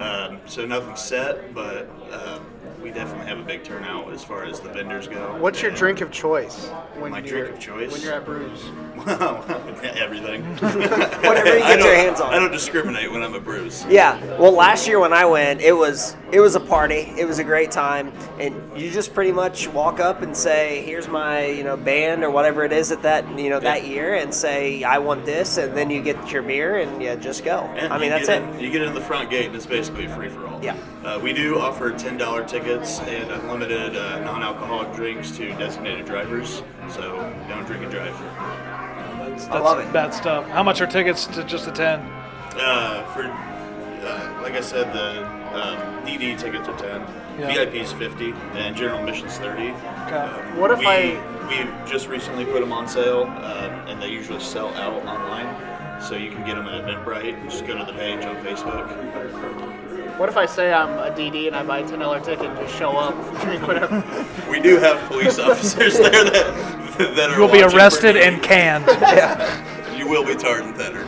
Um, so nothing's set, but um, we definitely have a big turnout as far as the vendors go. What's your And- drink of choice? When My you're, drink of choice? When you're at Brews. Wow, everything. Whatever you I get your don't- hands on. I don't discriminate when I'm a bruise. Yeah. Well, last year when I went, it was it was a party. It was a great time, and you just pretty much walk up and say, "Here's my you know band or whatever it is at that you know that year," and say, "I want this," and then you get your beer and yeah, just go. And I mean, you that's get it. in- you get in the front gate, and it's basically a free for all. Yeah. Uh, we do offer ten dollar tickets and unlimited uh, non-alcoholic drinks to designated drivers. So don't drink and drive. That's, I love it. Bad stuff. How much are tickets to just attend? Uh, for uh, like I said, the um, DD tickets are ten, Yeah. VIP's fifty, and general admission's thirty. Um, What if we, I- We've just recently put them on sale, uh, and they usually sell out online, so you can get them at Eventbrite. Just go to the page on Facebook. What if I say I'm a DD and I buy a $10 ticket and just show up, drink whatever? We do have police officers there that that are. You will be watching arrested for- and canned. You will be tarred and feathered.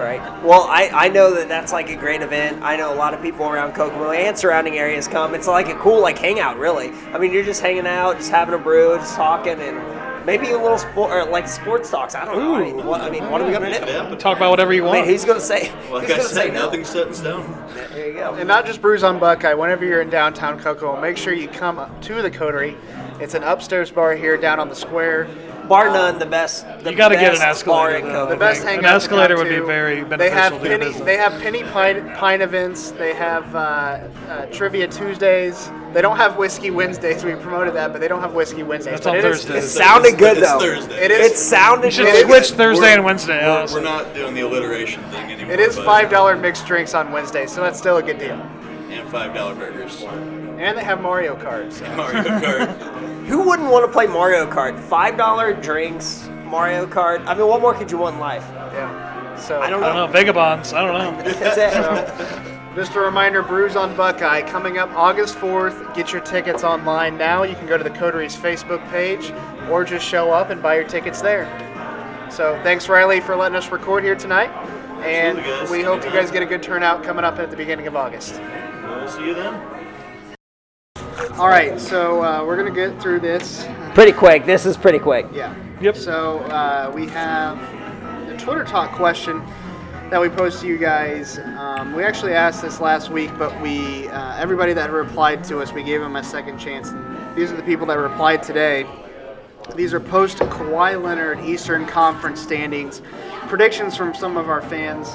Right. Well, I, I know that that's like a great event. I know a lot of people around Kokomo and surrounding areas come. It's like a cool like hangout, really. I mean, you're just hanging out, just having a brew, just talking, and maybe a little sport or like sports talks. I don't know. I mean, what, I mean, what are we gonna do? Talk about whatever you I mean, want. who's gonna say? Like who's I gonna said, say no? nothing's set in stone. There you go. And not just Brews on Buckeye. Whenever you're in downtown Kokomo, make sure you come up to the Coterie. It's an upstairs bar here down on the square. bar none, the best. The You got to get an best bar escalator. in though, I Cody. The best think. hangout An to escalator come would be to. very They have beneficial to your penny. business. They have penny pine, pine events. They have uh, uh, trivia Tuesdays. They don't have whiskey Wednesdays. We promoted that, but they don't have whiskey Wednesdays. That's but on it is- Thursdays. It sounded good It's though. Thursday. It is- It sounded You should good. switch Thursday and Wednesday. We're, honestly. we're not doing the alliteration thing anymore. It is but- five dollar mixed drinks on Wednesday, so that's still a good deal. and five dollar burgers. And they have Mario Kart. So. Mario Kart. Who wouldn't want to play Mario Kart? Five dollar drinks, Mario Kart. I mean, what more could you want in life? Yeah. So I don't I know. don't know. Vagabonds. I don't know. That's it. Just a reminder, Brews on Buckeye coming up August 4th. Get your tickets online now. You can go to the Coteries Facebook page or just show up and buy your tickets there. So thanks, Riley, for letting us record here tonight. And Absolutely, guys. we hope you guys get a good turnout coming up at the beginning of August. we'll see you then. All right, so uh, we're going to get through this. pretty quick. This is pretty quick. Yeah. Yep. So uh, we have the Twitter talk question that we posed to you guys. Um, we actually asked this last week, but we uh, everybody that replied to us, we gave them a second chance. These are the people that replied today. These are post Kawhi Leonard Eastern Conference standings, predictions from some of our fans,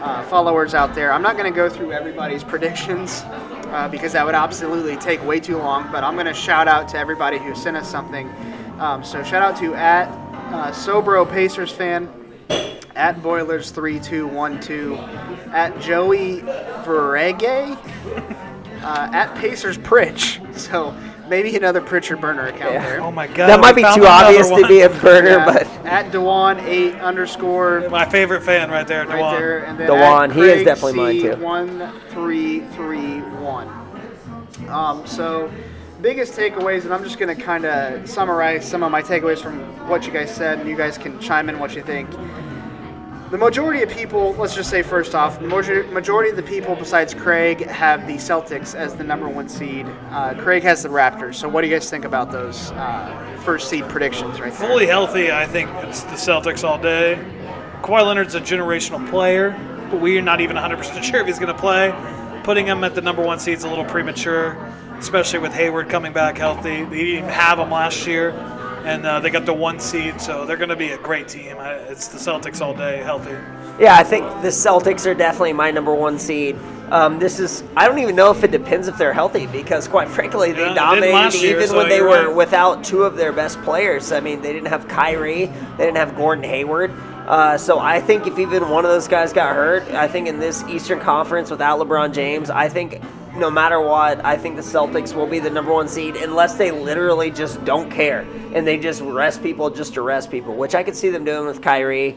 uh, followers out there. I'm not going to go through everybody's predictions uh, because that would absolutely take way too long, but I'm going to shout out to everybody who sent us something. Um, so shout out to at uh, Sobro Pacers fan, at Boilers three two one two, at Joey Verege, uh, at Pacers Pritch. So maybe another Pritcher burner account Yeah. there. Oh my god. that might we be found too another obvious to one. be a burner, Yeah, but at Dewan eight underscore My favorite fan right there, right Dewan. there, and then Dewan, at he is Craig definitely mine, C too. One three three one. Um, so biggest takeaways, and I'm just gonna kind of summarize some of my takeaways from what you guys said, and you guys can chime in what you think. The majority of people, let's just say first off, the major- majority of the people besides Craig have the Celtics as the number one seed. Uh, Craig has the Raptors. So, what do you guys think about those uh, first seed predictions right there? Fully healthy, I think it's the Celtics all day. Kawhi Leonard's a generational player, but we're not even 100% sure if he's going to play. Putting him at the number one seed's a little premature, especially with Hayward coming back healthy. They didn't even have him last year, and uh, they got the one seed, so they're going to be a great team. I- It's the Celtics all day, healthy. yeah, I think the Celtics are definitely my number one seed. Um, this is I don't even know if it depends if they're healthy because quite frankly Yeah, they they didn't dominated last year, even so when they you're were right. without two of their best players. I mean they didn't have Kyrie, they didn't have Gordon Hayward. Uh, so I think if even one of those guys got hurt, I think in this Eastern Conference without LeBron James, I think no matter what, I think the Celtics will be the number one seed unless they literally just don't care and they just rest people just to rest people, which I could see them doing with Kyrie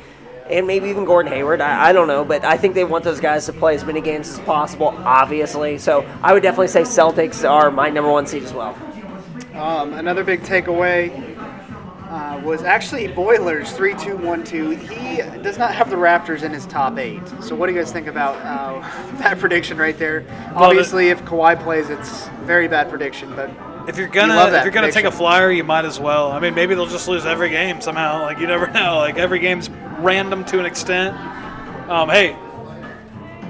and maybe even Gordon Hayward. I, I don't know, but I think they want those guys to play as many games as possible, obviously. So I would definitely say Celtics are my number one seed as well. Um, another big takeaway uh, was actually Boilers three two one two. He does not have the Raptors in his top eight. So what do you guys think about uh, that prediction right there? Obviously, if Kawhi plays, it's very bad prediction. But If you're You gonna love that if you're gonna take a prediction. flyer, you might as well. I mean, maybe they'll just lose every game somehow. Like you never know. Like every game's random to an extent. Um, hey,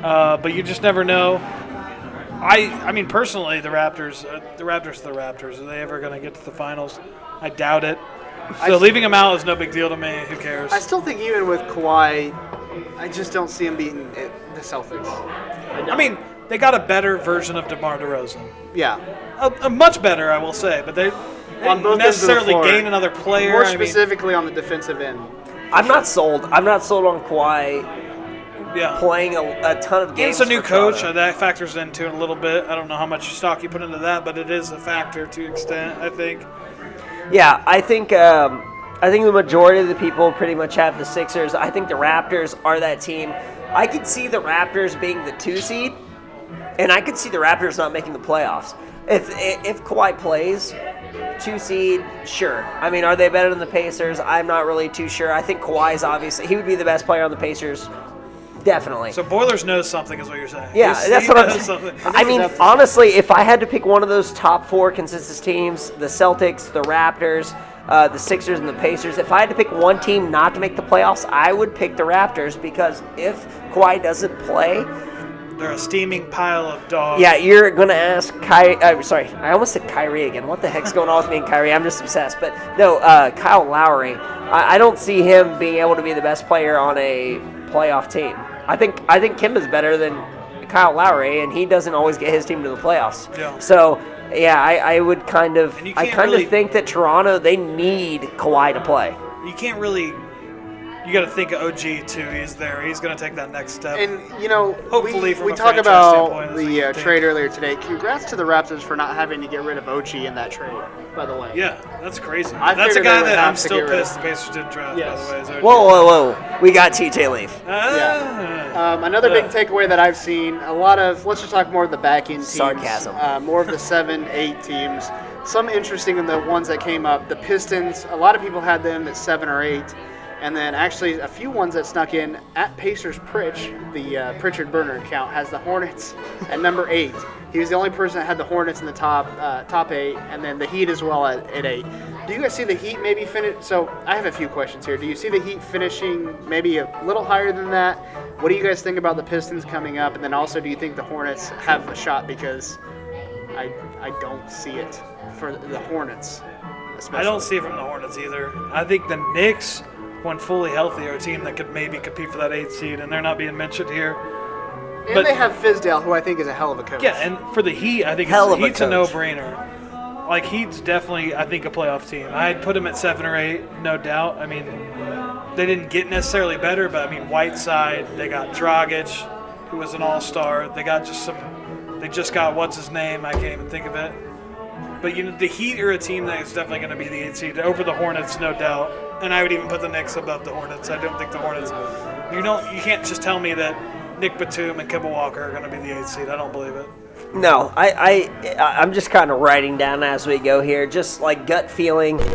uh, but you just never know. I I mean, personally, the Raptors, uh, the Raptors, are the Raptors. Are they ever gonna get to the finals? I doubt it. So leaving them out is no big deal to me. Who cares? I still think even with Kawhi, I just don't see him beating it, the Celtics. I mean, they got a better version of DeMar DeRozan. Yeah. A, a much better, I will say. But they, they On didn't both ends of the necessarily floor. gain another player. More I mean, specifically on the defensive end. I'm not sold. I'm not sold on Kawhi yeah. playing a, a ton of And games. It's a new for coach. Toronto. uh, That factors into it a little bit. I don't know how much stock you put into that, but it is a factor to extent. I think. Yeah, I think um, I think the majority of the people pretty much have the Sixers. I think the Raptors are that team. I could see the Raptors being the two seed, and I could see the Raptors not making the playoffs. If if Kawhi plays, two seed, sure. I mean, are they better than the Pacers? I'm not really too sure. I think Kawhi is obviously he would be the best player on the Pacers, definitely. So Boilers knows something, is what you're saying. Yeah, He's- that's he what I'm knows saying. something. I mean, honestly, if I had to pick one of those top four consensus teams, the Celtics, the Raptors, uh, the Sixers, and the Pacers, if I had to pick one team not to make the playoffs, I would pick the Raptors because if Kawhi doesn't play, They're a steaming pile of dogs. Yeah, you're gonna ask Kyrie. Uh, sorry, I almost said Kyrie again. What the heck's going on with me and Kyrie? I'm just obsessed. But no, uh, Kyle Lowry. I, I don't see him being able to be the best player on a playoff team. I think I think Kim is better than Kyle Lowry, and he doesn't always get his team to the playoffs. Yeah. So yeah, I, I would kind of And you I can't kind really- of think that Toronto they need Kawhi to play. You can't really. You got to think of OG too. He's there. He's going to take that next step. And you know, Hopefully we, from we a talk franchise about standpoint, it's the a uh, good thing. trade earlier today. Congrats to the Raptors for not having to get rid of Ochi in that trade. By the way, yeah, that's crazy. I that's a figured they guy would that have I'm to still get rid of pissed the Pacers didn't draft. Yes. By the way, is OG. Whoa, whoa, whoa! We got TJ Leaf. Ah. Um, another big Yeah. takeaway that I've seen a lot of. Let's just talk more of the back end teams. Sarcasm. Uh, more of the seven, eight teams. Some interesting in the ones that came up. The Pistons. A lot of people had them at seven or eight, and then actually a few ones that snuck in at Pacers. Pritch, the uh, Pritchard burner account, has the Hornets at number eight. He was the only person that had the Hornets in the top uh, top eight, and then the Heat as well at, at eight. Do you guys see the Heat maybe finish? So I have a few questions here. Do you see the Heat finishing maybe a little higher than that? What do you guys think about the Pistons coming up? And then also, do you think the Hornets have a shot? Because I I don't see it for the Hornets. Especially. I don't see it from the Hornets either. I think the Knicks, when fully healthy, are a team that could maybe compete for that eight seed, and they're not being mentioned here. And but- they have Fizdale, who I think is a hell of a coach. Yeah, and for the Heat, I think it's, Hell of a Heat's a coach. no-brainer. Like Heat's definitely, I think, a playoff team. I'd put him at seven or eight, no doubt. I mean, they didn't get necessarily better, but I mean, Whiteside, they got Dragic, who was an all-star. They got just some. They just got what's his name? I can't even think of it. But you know, the Heat are a team that is definitely going to be the eight seed over the Hornets, no doubt. And I would even put the Knicks above the Hornets. I don't think the Hornets. You don't. You can't just tell me that Nick Batum and Kemba Walker are going to be the eight seed. I don't believe it. No, I, I, I- I'm just kind of writing down as we go here, just like gut feeling. Um,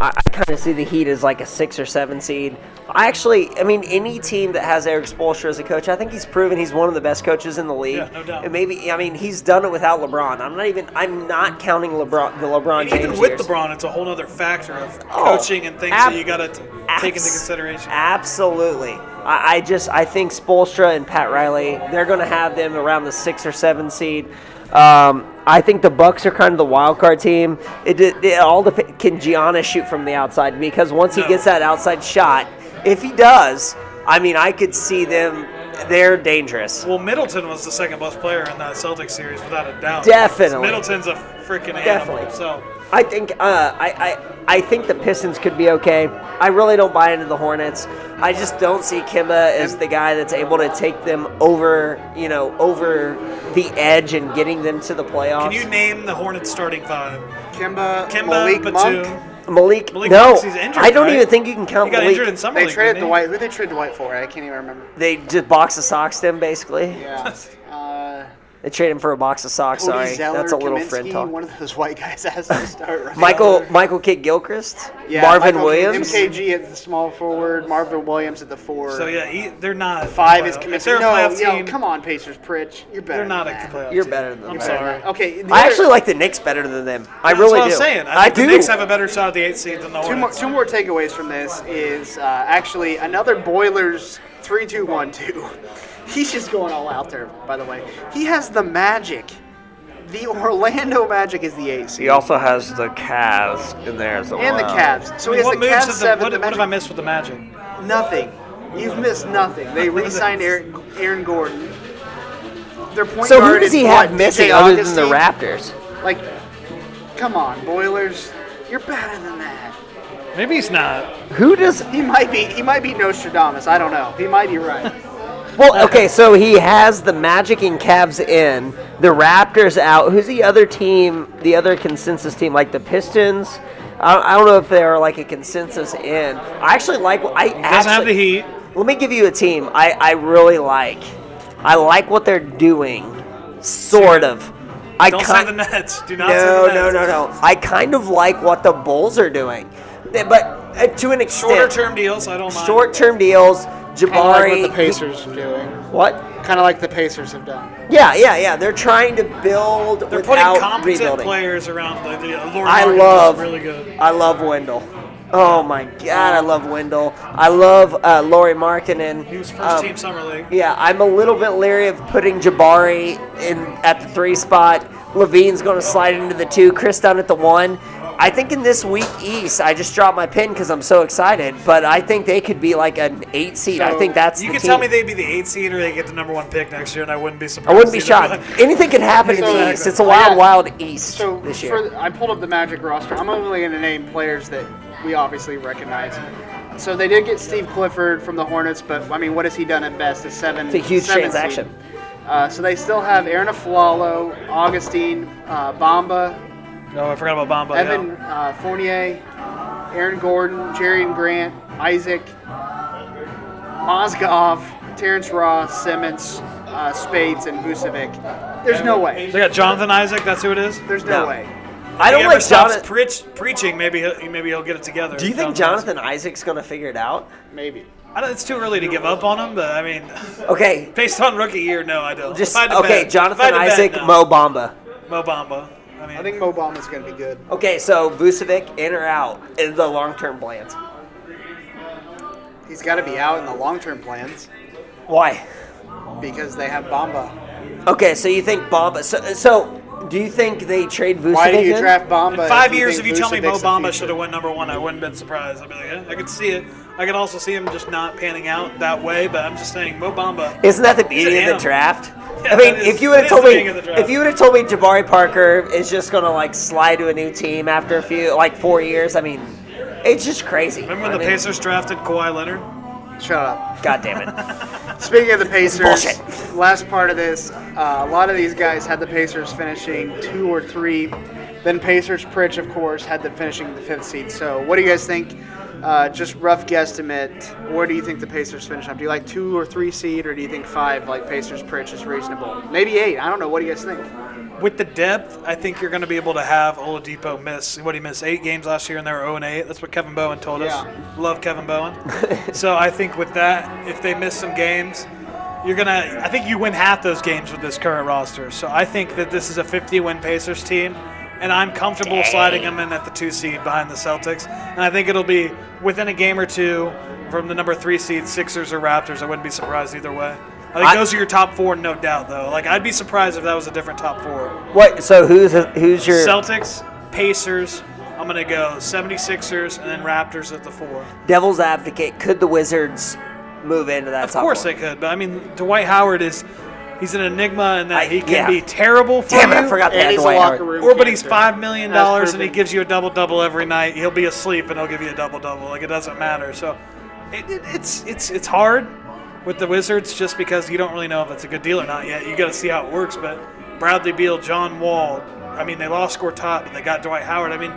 I, I kind of see the Heat as like a six or seven seed. I actually, I mean, any team that has Eric Spoelstra as a coach, I think he's proven he's one of the best coaches in the league. Yeah, no doubt. And maybe, I mean, he's done it without LeBron. I'm not even, I'm not counting LeBron, the LeBron And James even with years. LeBron, it's a whole other factor of Oh, coaching and things ab- that you got to take into abs- consideration. Absolutely. I, I just I think Spolstra and Pat Riley they're going to have them around the six or seven seed. Um, I think the Bucks are kind of the wild card team. It, it, it all dep- can Giannis shoot from the outside because once he No. gets that outside shot, if he does, I mean I could see them. They're dangerous. well, Middleton was the second best player in that Celtics series, without a doubt. Definitely. Middleton's a freaking animal. Definitely. So I think uh, I, I I think the Pistons could be okay. I really don't buy into the Hornets. I just don't see Kimba as the guy that's able to take them over, you know, over the edge and getting them to the playoffs. can you name the Hornets starting five? Kimba, Kemba, Malik Batum. Monk. Malik, Malik no, Monk's- he's injured, I don't right? even think you can count He got Malik. injured in summer They league. traded didn't he? Dwight. Who did they trade Dwight for? I can't even remember. They just box of socks them basically. Yeah. Uh, They trade him for a box of socks. Cody Sorry, Zeller, that's a little Kaminsky, friend talk. One of those white guys has to start. Right Michael Michael Kidd Gilchrist, Yeah, Marvin Michael- Williams. MKG at the small forward, Marvin Williams at the four. So yeah, he, they're not Five is committed. Kaminsky. They're a No, playoff yo, team. come on, Pacers, Pritch. You're better. They're not a than that. playoff. You're team. better than I'm that. sorry. Okay. the I other- actually like the Knicks better than them. I That's really what do. I'm saying. I, I think do. The Knicks have a better shot at the eight seed than the Two more, Hornets. two more takeaways from this is uh, actually another Boilers 3 2 1 2. He's just going all out there, by the way. He has the Magic. The Orlando Magic is the 8 seed. He also has the Cavs in there as well. and the Cavs. So he has what the moves Cavs have the, 7. what, the what Magic have I missed with the Magic? Nothing. You've missed nothing. They re-signed Aaron, Aaron Gordon. Their point So who guard does is he have what, missing TJ other than the Augustine? Raptors? Like, come on, Boilers, you're better than that. Maybe he's not. Who does? He might be. He might be Nostradamus. I don't know. He might be right. Well, okay, so he has the Magic and Cavs in, the Raptors out. Who's the other team? The other consensus team, like the Pistons. I don't, I don't know if they're like a consensus in. I actually like. I Doesn't have the actually- Heat. Let me give you a team I, I really like. I like what they're doing, sort of. I Don't kind- say the Nets. Do not No, say the no, Nets. no, no. I kind of like what the Bulls are doing, They- but uh, to an extent. Shorter term deals. I don't mind. Short-term deals. Jabari. like what the Pacers are doing. What? Kind of like the Pacers have done. Yeah, yeah, yeah. They're trying to build They're putting without competent rebuilding. players around. The, uh, the Laurie I Markkanen is love. Really good. I love Wendell. Oh my God, I love Wendell. I love uh, Laurie Markkinen. He was first Um, team summer league. Yeah, I'm a little bit leery of putting Jabari in at the three spot. Levine's going to slide into the two. Chris down at the one. I think in this week East, I just dropped my pin because I'm so excited. But I think they could be like an eight seed. I So, think that's You the could team. tell me they'd be the eighth seed or they get the number one pick next year, and I wouldn't be surprised. I wouldn't be either, shocked. but- Anything could happen in the Exactly. East. It's a wild, Yeah. wild East So this For year. the, I pulled up the Magic roster. I'm only going to name players that we obviously recognize. So they did get Steve Clifford from the Hornets, but I mean, what has he done at best? A seven. It's a huge seven transaction. seed. Uh, so they still have Aaron Aflalo, Augustine, uh, Bamba, No, I forgot about Bamba. yeah. Evan um, uh, Fournier, Aaron Gordon, Jerry and Grant, Isaac, Mozgov, Terrence Ross, Simmons, uh, Spades, and Vucevic. There's no way. They got Jonathan Isaac. That's who it is. There's no, No. way. I don't If he ever like stops Jonathan. preach- preaching. Maybe he'll, maybe he'll get it together. Do you think Jonathan Isaac's going to figure it out? Maybe. I don't, it's too early to give up on him, but I mean, Okay, based on rookie year, no, I don't. just If I had to okay. bet- if Jonathan I had to Isaac, bet, no. Mo Bamba. Mo Bamba. I mean, I think Mobama's going to be good. Okay, so Vucevic in or out in the long-term plans? He's got to be out in the long-term plans Why? because they have Bamba. Okay, so you think Bamba? So, so do you think they trade Vucevic? Why do you in? draft Bamba? in five if years, if think you tell me Mo Vucevic's the Bamba future? should have went number one, I wouldn't have been surprised. I'd be like, eh, I could see it. I could also see him just not panning out that way, but I'm just saying Mo Bamba. Isn't that the He's an beauty of the animal. draft? Yeah, I mean, that is- if you would that have is told the me, being of the draft. if you would have told me Jabari Parker is just gonna like slide to a new team after a few, like four years, I mean, it's just crazy. Remember when I the mean, Pacers drafted Kawhi Leonard? Shut up. God damn it! Speaking of the Pacers, Bullshit. last part of this, uh, a lot of these guys had the Pacers finishing two or three. Then Pacers Pritch, of course, had them finishing the fifth seed. So, what do you guys think? Uh, just rough guesstimate. Where do you think the Pacers finish up? Do you like two or three seed, or do you think five, like Pacers Pritch, is reasonable? Maybe eight. I don't know. What do you guys think? With the depth, I think you're going to be able to have Oladipo miss. What he missed eight games last year, and they were 0 and 8. That's what Kevin Bowen told Yeah. us. Love Kevin Bowen. so I think with that, if they miss some games, you're gonna. I think you win half those games with this current roster. So I think that this is a 50-win Pacers team, and I'm comfortable sliding them in at the two seed behind the Celtics. And I think it'll be within a game or two from the number three seed Sixers or Raptors. I wouldn't be surprised either way. I think I- those are your top four, no doubt. Though, like I'd be surprised if that was a different top four. What? So who's who's your? Celtics, Pacers. I'm going to go 76ers and then Raptors at the four. Devil's advocate, could the Wizards move into that? Of course they could, but I mean, Dwight Howard is. He's an enigma in that I- he can yeah. be terrible for Damn you. it! I forgot they And had he's a Dwight locker Howard. room Or, but he's cancer. five million dollars and he perfect. gives you a double double every night. He'll be asleep and he'll give you a double double. Like it doesn't matter. So, it, it, it's it's it's hard with the Wizards just because you don't really know if that's a good deal or not yet. You got to see how it works. But Bradley Beal, John Wall. I mean, they lost Gortat, but they got Dwight Howard. I mean,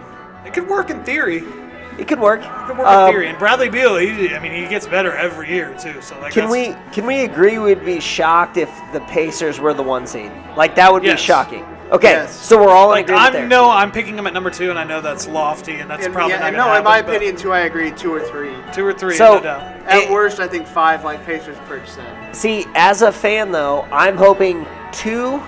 it could work in theory. It It could work. could work Um, in theory. And Bradley Beal, he, I mean, he gets better every year too. So like, Can that's- we can we agree we'd be shocked if the Pacers were the one seed? Like that would Yes. be shocking. Okay, Yes. so we're all in Like agreement I there. know I'm picking him at number two, and I know that's lofty, and that's And- probably yeah, not and gonna no, in my happen, but opinion, two. I agree, two or three. two or three, So- no doubt. At It- worst, I think five, like Pacers Pritch said. See, as a fan though, I'm hoping two,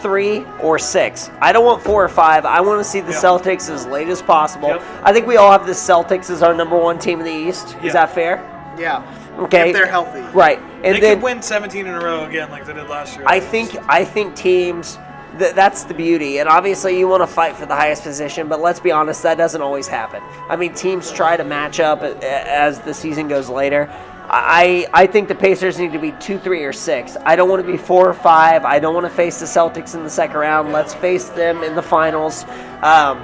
three, or six. I don't want four or five. I want to see the Yeah. Celtics as late as possible. Yep. I think we all have the Celtics as our number one team in the East. Yeah. Is that fair? Yeah. Okay. If they're healthy. Right. And they then could win 17 in a row again, like they did last year. I think I think teams th- that's the beauty, and obviously you want to fight for the highest position, but let's be honest, that doesn't always happen. I mean, teams try to match up a- a- as the season goes later. I I think the Pacers need to be two, three, or six. I don't want to be four or five. I don't want to face the Celtics in the second round. Let's face them in the finals. Um,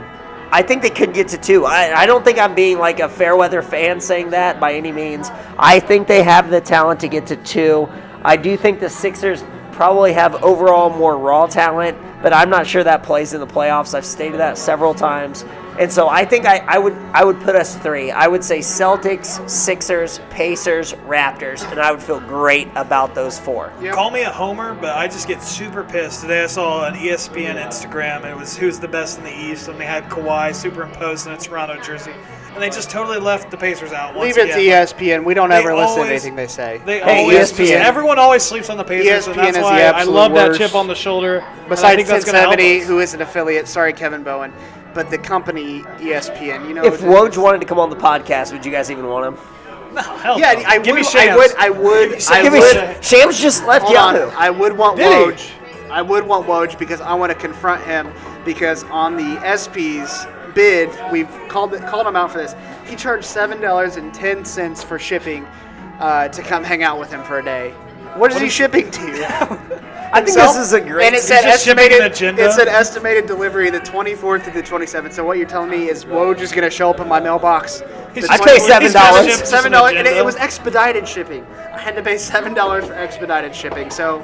I think they could get to two. I, I don't think I'm being like a fair weather fan saying that by any means. I think they have the talent to get to two. I do think the Sixers probably have overall more raw talent, but I'm not sure that plays in the playoffs. I've stated that several times. And so I think I, I would I would put us three. I would say Celtics, Sixers, Pacers, Raptors, and I would feel great about those four. Call me a homer, but I just get super pissed. Today I saw E an ESPN Instagram. It was who's the best in the East, and they had Kawhi superimposed in a Toronto jersey, and they just totally left the Pacers out. Once Leave it to E again. ESPN. We don't They ever listen to always- anything they say. E They Hey, always, E ESPN. Everyone always sleeps on the Pacers, ESPN and that's is the why I absolute love that worst. chip on the shoulder. and I Besides think that's gonna help 1070, us. who is an affiliate. Sorry, Kevin Bowen. but the company E ESPN. You know, If the- Woj wanted to come on the podcast, would you guys even want him? Hell yeah, no. I Give me would, I Shams. would, I would, I Give me would. Sh- Shams just left Hold on. Yahoo. I would want Did he? Woj. I would want Woj because I want to confront him because on the SP's bid, we've called it, called him out for this. He charged seven dollars and ten cents for shipping uh, to come hang out with him for a day. What is he shipping to you? I think So- this is a great. And it said just shipping an estimated. agenda? It said estimated delivery the 24th to the 27th. So what you're telling me is Woj is going to show up in my mailbox. the I pay 24th. seven dollars. He's got Seven dollars, and it, agenda. it was expedited shipping. I had to pay seven dollars for expedited shipping. So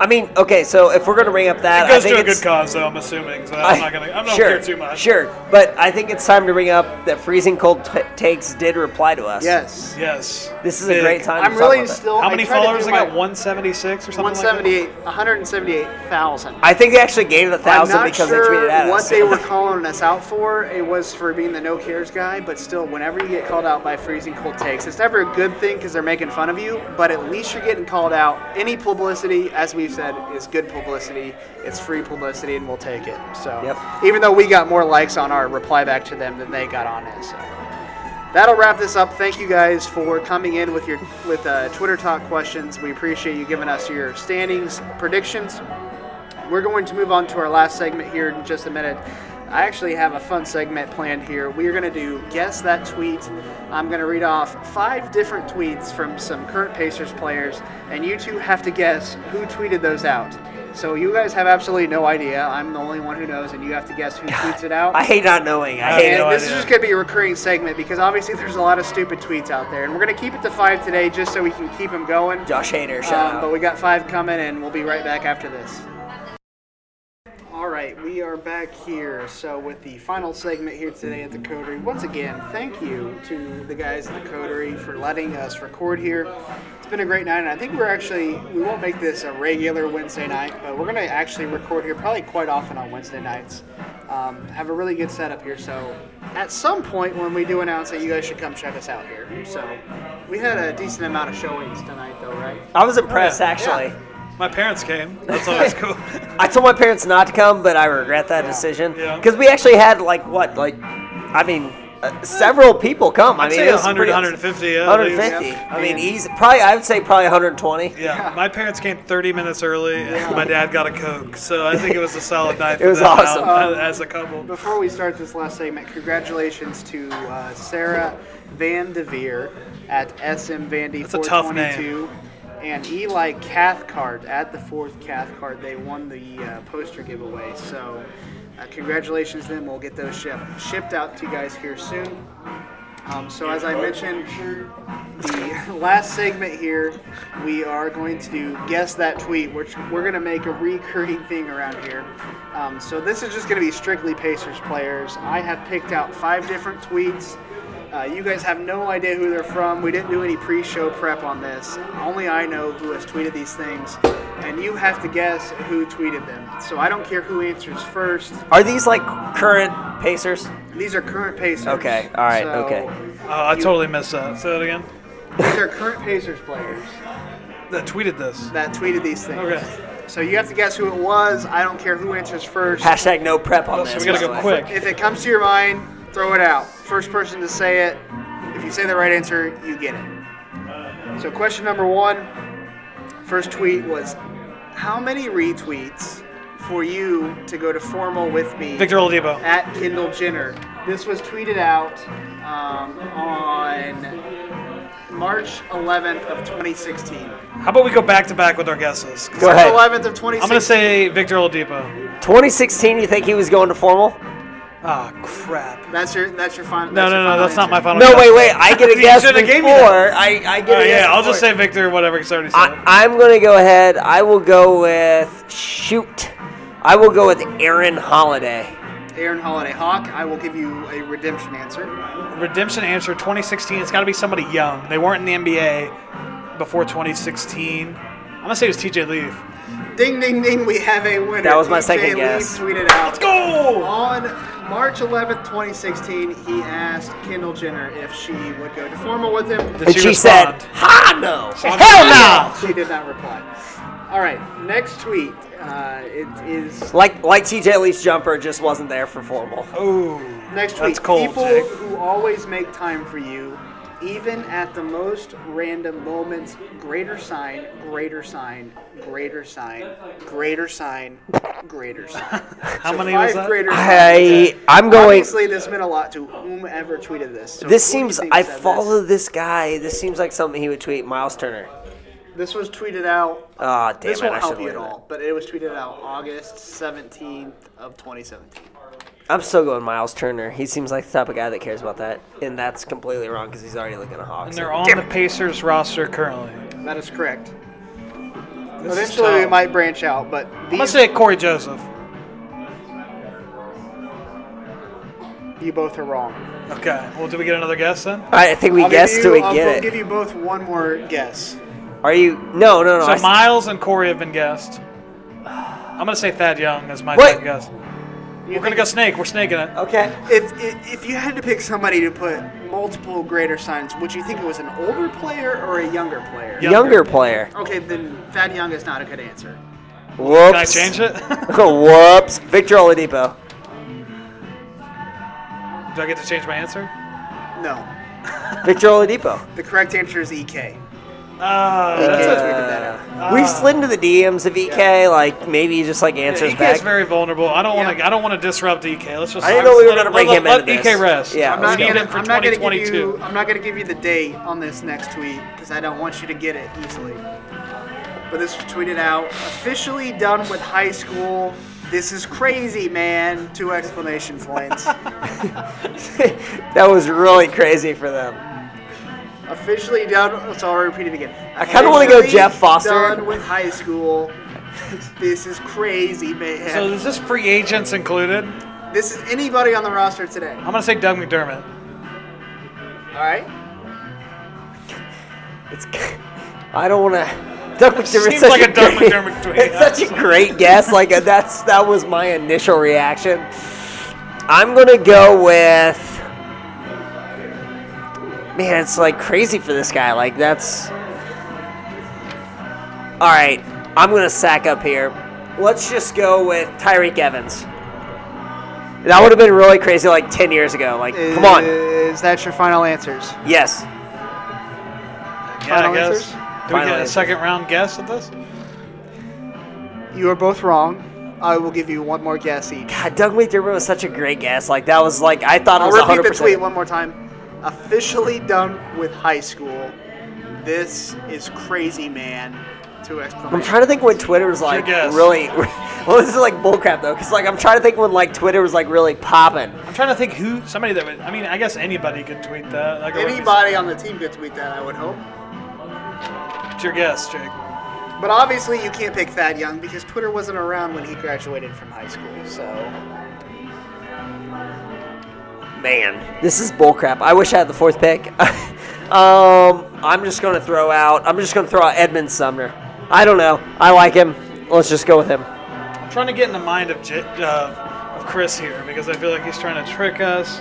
I mean, okay, so if we're gonna bring up that, It goes I think to a it's, good cause, though. I'm assuming. So I'm I- not gonna. I'm not sure, care too much. Sure, but I think it's time to bring up that freezing cold t- takes did reply to us. yes, Yes. This is a Big. great time. I'm to talk really about it. still. How I many tried to followers? do I got my- 176 or something. Like 178, 178,000. I think they actually gave it a I'm thousand not because sure they tweeted at what us. they were calling us out for. It was for being the no cares guy, but still, whenever you get called out by freezing cold takes, it's never a good thing because they're making fun of you. But at least you're getting called out. Any publicity, as we've said, is good publicity. It's free publicity, and we'll take it. So, Yep. even though we got more likes on our reply back to them than they got on it, so. That'll wrap this up. Thank you guys for coming in with your with uh, Twitter talk questions. We appreciate you giving us your standings predictions. We're going to move on to our last segment here in just a minute. I actually have a fun segment planned here. We are going to do Guess That Tweet. I'm going to read off five different tweets from some current Pacers players, and you two have to guess who tweeted those out. So you guys have absolutely no idea. I'm the only one who knows, and you have to guess who tweets it out. I hate not knowing. I I hate have And no this idea. is just going to be a recurring segment because obviously there's a lot of stupid tweets out there, and we're going to keep it to five today just so we can keep them going. Josh Hader. Shout Um, out. but we got five coming, and we'll be right back after this. All right, we are back here. So with the final segment here today at the Coterie, once again, thank you to the guys at the Coterie for letting us record here. It's been a great night, and I think we're actually we won't make this a regular Wednesday night, but we're going to actually record here probably quite often on Wednesday nights. Um, have a really good setup here. So at some point when we do announce it, you guys should come check us out here. So we had a decent amount of showings tonight, though, right? I was impressed Yeah. actually. that. My parents came. That's always cool. I told my parents not to come, but I regret that decision Yeah. because we actually had like what, like, I mean, uh, several people come. i I'd mean, say it was 100, pretty- 150, yeah, 150. yeah. I mean, easy. Probably, I would say probably 120. Yeah. My parents came 30 minutes early, and my dad got a coke. So I think it was a solid night. It was for them awesome. out- as a couple. Before we start this last segment, congratulations to uh, Sarah Van Devere at SM Vandy That's a tough 422 and Eli Cathcart at the fourth Cathcart. They won the uh, poster giveaway. So, uh, congratulations to them. We'll get those ship, shipped out to you guys here soon. Um, so, as I mentioned, the last segment here, we are going to do guess that tweet, which we're going to make a recurring thing around here. Um, so this is just going to be strictly Pacers players. I have picked out five different tweets. Uh, you guys have no idea who they're from. We didn't do any pre-show prep on this. Only I know who has tweeted these things, and you have to guess who tweeted them. So I don't care who answers first. Are these like current Pacers? These are current Pacers. Okay, all right, So okay. Oh, I totally missed that. Say that again. These are current Pacers players That tweeted this. that tweeted these things. Okay. So you have to guess who it was. I don't care who answers first. Hashtag no prep on So this. we gotta by the go way. quick. If it comes to your mind, throw it out. First person to say it, if you say the right answer, you get it. So, question number one first tweet was How many retweets for you to go to formal with me Victor Oladipo. at Kendall Jenner? This was tweeted out um, on March 11th of 2016. How about we go back to back with our guesses? 'Cause Go March ahead. 11th of 2016. I'm gonna say Victor Oladipo. 2016. You think he was going to formal? Ah, crap. that's your that's your final. No, that's your no, no. final That's not answer. my final. No, guess. wait, wait. I get a You guess should've before. gave me that. I, I All get a right, guess. yeah, I'll just before. say Victor. Whatever. It's already said. I, I'm gonna go ahead. I will go with shoot. I will go with Aaron Holiday. Aaron Holiday Hawk. I will give you a redemption answer. Redemption answer 2016. It's got to be somebody young. They weren't in the NBA before 2016. I'm gonna say it was TJ Leaf. Ding, ding, ding! We have a winner. That was my DJ second Lee guess. Tweeted out. Let's Go! On March 11th, 2016, he asked Kendall Jenner if she would go to formal with him. And she, said, respond? "Ha no, hell no." She did not reply. All right, next tweet. Uh, it is Like like TJ Leaf's jumper just wasn't there for formal. Ooh. next tweet. That's cold, People Jake. who always make time for you, even at the most random moments. Greater sign, greater sign, greater sign, greater sign, greater sign. How many was Five that? greater I signs. I'm going. Obviously, this meant a lot to whomever tweeted this. So This who do you seems think I said this? follow this guy. This seems like something he would tweet. Miles Turner. This was tweeted out. Ah, damn this it! won't I should help you have at all, but it was tweeted out August 17th of 2017. I'm still going Miles Turner. He seems like the type of guy that cares about that, and that's completely wrong because he's already looking at Hawks. And they're on the Pacers roster currently. That is correct. This is Eventually, we tough. might branch out, but I'm gonna these, say Corey Joseph. you both are wrong. Okay. Well, do we get another guess then? I think we I'll give guessed. you- Do we I'll get bo- it? give you both one more guess. Are you? No, no, no. So I s- Miles and Corey have been guessed. I'm gonna say Thad Young as my Wait. third guess. You We're gonna go snake. We're snaking it. okay. If, if if you had to pick somebody to put multiple greater signs, would you think it was an older player or a younger player? Yep. Younger player. Okay, then Thad Young is not a good answer. Whoops. Can I change it? Whoops. Victor Oladipo. do I get to change my answer? No, Victor Oladipo. the correct answer is E EK. Uh, EK that's tweeted a, that out. We've slid into the DMs of EK. Like maybe he just like answers EK E is back. very vulnerable. I don't want to. Yeah. I don't want to disrupt EK. Let's just. I didn't know we were let- gonna bring let- him let into EK this. rest. Yeah. I'm not We need gonna. him for I'm not gonna give 2022. you. I'm not gonna give you the date on this next tweet because I don't want you to get it easily. But this was tweeted out. Officially done with high school. This is crazy, man. Two exclamation points. that was really crazy for them. Officially done. So I'll repeat it again. I kinda wanna go Officially Jeff Foster. Done with high school. This is crazy, man. So is this free agents included? this is anybody on the roster today. I'm gonna say Doug McDermott. All right. It's. I don't want to. Doug McDermott. Seems like a Doug McDermott tweet. It's such a great guess. Like uh, that's that was my initial reaction. I'm gonna go with. Man, it's like crazy for this guy. Like that's. All right, I'm gonna sack up here. Let's just go with Tyreek Evans. That would have been really crazy like 10 years ago. Like, come on. Is that your final answers? Yes. Yeah, I Final guess. answers? Do we Final get a answers. second round guess at this? You are both wrong. I will give you one more guess each. God, Doug McDermott was such a great guess. Like, that was like, I thought it I'll was repeat 100%. the tweet one more time. Officially done with high school. This is crazy, man. Two I'm exclamations. trying to think when Twitter was like guess. really. Well, this is like bullcrap though, because like I'm trying to think when like Twitter was like really popping. I'm trying to think who somebody that would. I mean, I guess anybody could tweet that. Like, it wouldn't be- Anybody on the team could tweet that, I would hope. It's your guess, Jake. But obviously, you can't pick Thad Young because Twitter wasn't around when he graduated from high school. So Man, this is bullcrap. I wish I had the fourth pick. um, I'm just gonna throw out. I'm just gonna throw out Edmund Sumner. I don't know. I like him. Let's just go with him. I'm trying to get in the mind of J- uh, of Chris here because I feel like he's trying to trick us.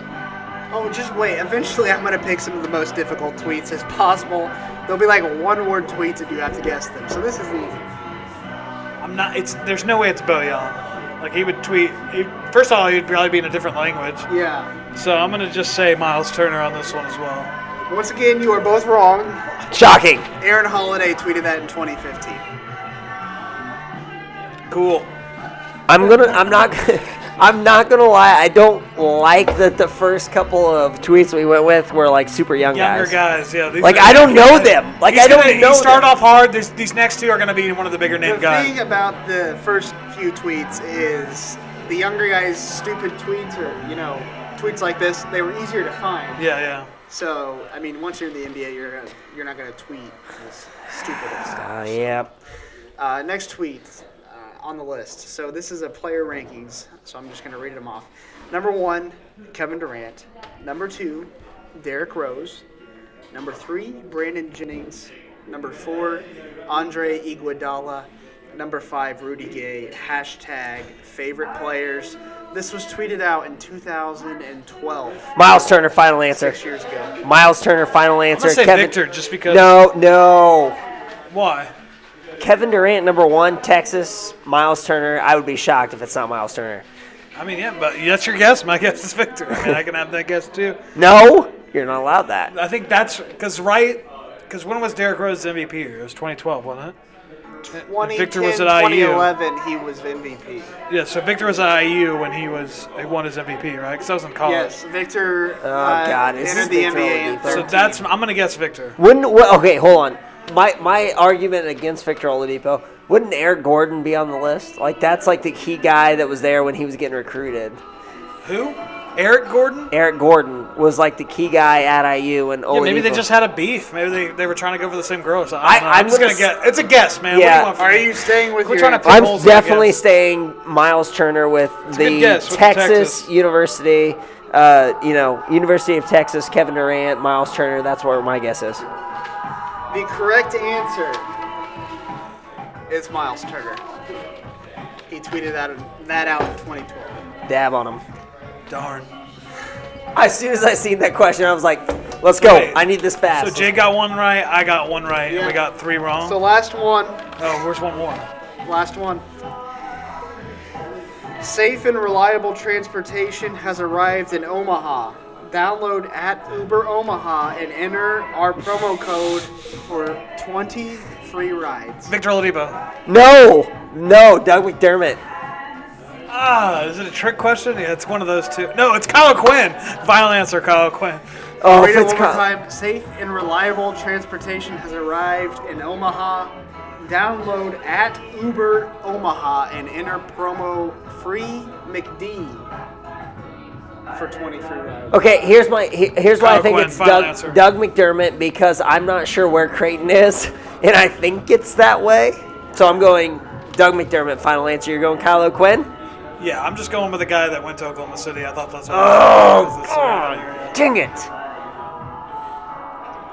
Oh, just wait. Eventually, I'm going to pick some of the most difficult tweets as possible. There'll be like one word tweets if you have to guess them. So this is easy. I'm not. It's there's no way it's Bojan. Like he would tweet. He, first of all, he'd probably be in a different language. Yeah. So I'm gonna just say Miles Turner on this one as well. Once again, you are both wrong. Shocking. Aaron Holiday tweeted that in 2015. Cool. I'm gonna. I'm not. gonna- I'm not gonna lie. I don't like that the first couple of tweets we went with were like super young Younger guys. guys, yeah. these Like, are- I don't know them. Like, He's I don't gonna- he know Start them. off hard. These, these next two are gonna be one of the bigger name the guys. thing about the first few tweets is the younger guys' stupid tweets or you know tweets like this they were easier to find. Yeah, yeah. So I mean, once you're in the NBA, you're gonna, you're not gonna tweet this stupid stuff. Uh, yeah. Uh, next tweet uh, on the list. So this is a player rankings. So I'm just gonna read them off. Number one, Kevin Durant. Number two, Derrick Rose. Number three, Brandon Jennings. Number four, Andre Iguodala. Number five, Rudy Gay. Hashtag favorite players. This was tweeted out in 2012, Miles Turner. Final answer. six years ago. Miles Turner, final answer. I'm gonna say Kevin. Victor just because. No, no. Why? Kevin Durant, number one, Texas. Miles Turner. I would be shocked if it's not Miles Turner. I mean, yeah, but that's your guess. My guess is Victor. I mean, I can have that guess too. No, you're not allowed that. I think that's because right. Because when was Derrick Rose MVP? year? It was 2012, wasn't it? 2010, Victor was at IU. 2011, he was MVP. Yeah. So Victor was at IU when he was he won his MVP, right? Because I was in college. Yes, Victor Oh, uh, God, is entered the this the NBA in Toronto So 13. that's I'm gonna guess Victor. Wouldn't well, okay? Hold on. My my argument against Victor Oladipo wouldn't Eric Gordon be on the list? Like that's like the key guy that was there when he was getting recruited. Who? Eric Gordon. Eric Gordon was like the key guy at IU, and Yeah, maybe they Oladipo- just had a beef. Maybe they, they were trying to go for the same girl. or something. Oh, I- I, am I'm just gonna gonna guess. It's a guess, man. What do you Yeah. want from Are me? you staying with We're your trying to pick I'm holes in the definitely guess. staying Miles Turner with a good the guess, with Texas, Texas. University, uh, you know, University of Texas, Kevin Durant, Miles Turner. That's where my guess is. The correct answer is Miles Turner. He tweeted that, that out in 2012. Dab on him. Darn. As soon as I seen that question, I was like, "Let's go! Wait. I need this fast." So Jay got one right. I got one right, and we got three wrong. So last one, oh, where's one more? last one. Safe and reliable transportation has arrived in Omaha. Download at Uber Omaha and enter our promo code for 20 free rides. Victor Oladipo. no, no, Doug McDermott. Ah, is it a trick question? Yeah, it's one of those two. No, it's Kyle Quinn. Final answer, Kyle Quinn. Oh, Read it one more Fitzco- time. Safe and reliable transportation has arrived in Omaha. Download at Uber Omaha and enter promo free McD for 20 free rides. Okay, here's my he- here's why Kyle I think Quinn, it's final Doug answer. Doug McDermott because I'm not sure where Creighton is, and I think it's that way. So I'm going Doug McDermott. Final answer. You're going Kylo Quinn. Yeah, I'm just going with the guy that went to Oklahoma City. I thought that's what Oh, This is right here, yeah. God. dang it!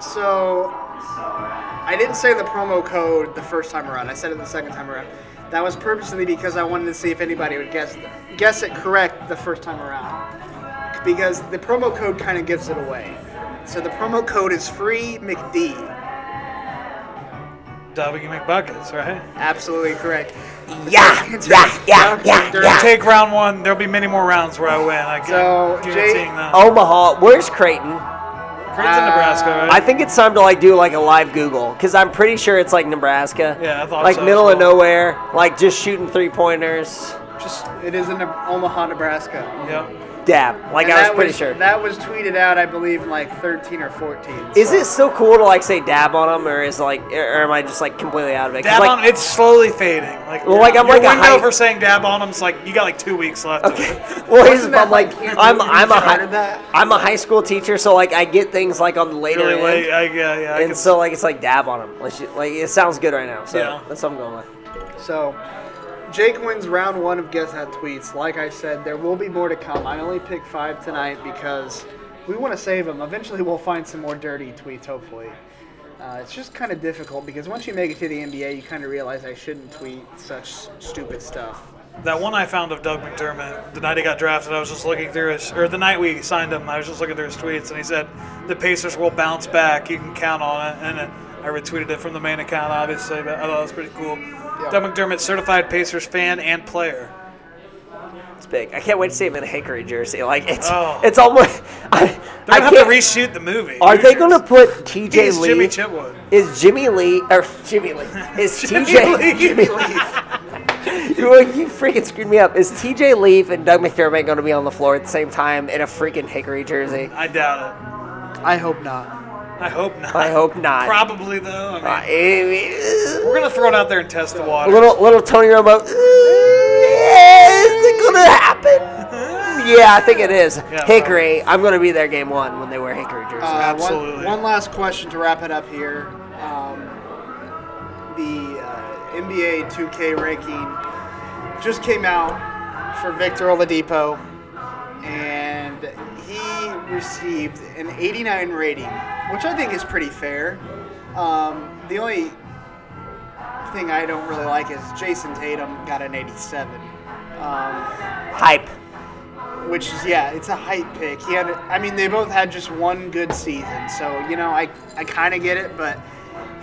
So I didn't say the promo code the first time around. I said it the second time around. That was purposely because I wanted to see if anybody would guess guess it correct the first time around. Because the promo code kind of gives it away. So the promo code is free McD. W McBuckets, right? Absolutely correct. Yeah, yeah, yeah, yeah, yeah. Take round one. There'll be many more rounds where I win. I So, I'm Jay- guaranteeing that. oh, Omaha. Where's Creighton? Creighton's in Nebraska, right? uh, I think it's time to like do like a live Google because I'm pretty sure it's like Nebraska. Yeah, I thought like so as middle of well. nowhere, like just shooting three pointers. just It is in Ne- Omaha, Nebraska. yep. Dab. Like And I was that pretty sure. That was tweeted out, I believe, in like 13 or 14. Is so- it still cool to like say dab on them, or is like, or am I just like completely out of it? 'Cause, Dab like, on it's slowly fading. Like, Well, like, I'm your like a window hype- for saying dab on him's like you got like two weeks left. of it. Well, here's the Wasn't that, problem. Like, like, Anthony I'm I'm a Richardson high, added that? I'm a high school teacher, so like I get things like on the later Really end, late. I, yeah, yeah. I and can- so like it's like dab on them. Like, like it sounds good right now, so Yeah. that's what I'm going with. So, Jake wins round one of Guess That Tweets. Like I said, there will be more to come. I only picked five tonight because we want to save them. Eventually, we'll find some more dirty tweets, hopefully. Uh, it's just kind of difficult because once you make it to the NBA, you kind of realize I shouldn't tweet such stupid stuff. that one I found of Doug McDermott the night he got drafted, I was just looking through his, or the night we signed him, I was just looking through his tweets, and he said the Pacers will bounce back. You can count on it. And uh, I retweeted it from the main account, obviously, but I thought it was pretty cool. Doug McDermott, certified Pacers fan and player. It's big. I can't wait to see him in a Hickory jersey. Like it's Oh. it's almost. I, They're I gonna have can't. to reshoot the movie. are they Hoosiers. going to put TJ He's Lee? Jimmy Chipwood. Is Jimmy Lee or Jimmy Lee? Is Jimmy TJ Lee. Jimmy Lee? you, you freaking screwed me up. Is TJ Leaf and Doug McDermott going to be on the floor at the same time in a freaking Hickory jersey? I doubt I hope not. it. I hope not. I hope not. Probably though. I mean, I mean, we're gonna throw it out there and test the water. little little Tony Romo. "Uh, Is it gonna happen? Yeah, I think it is. Yeah, Hickory. I'm gonna be there game one when they wear Hickory jerseys. Uh, one- Absolutely. One, last question to wrap it up here. Um, the uh, NBA 2K ranking just came out for Victor Oladipo, and he received an 89 rating, which I think is pretty fair. Um, the only thing I don't really like is Jason Tatum got an 87. Um, Hype. which is yeah, it's a hype pick. He had, I mean, they both had just one good season, so you know, I I kind of get it, but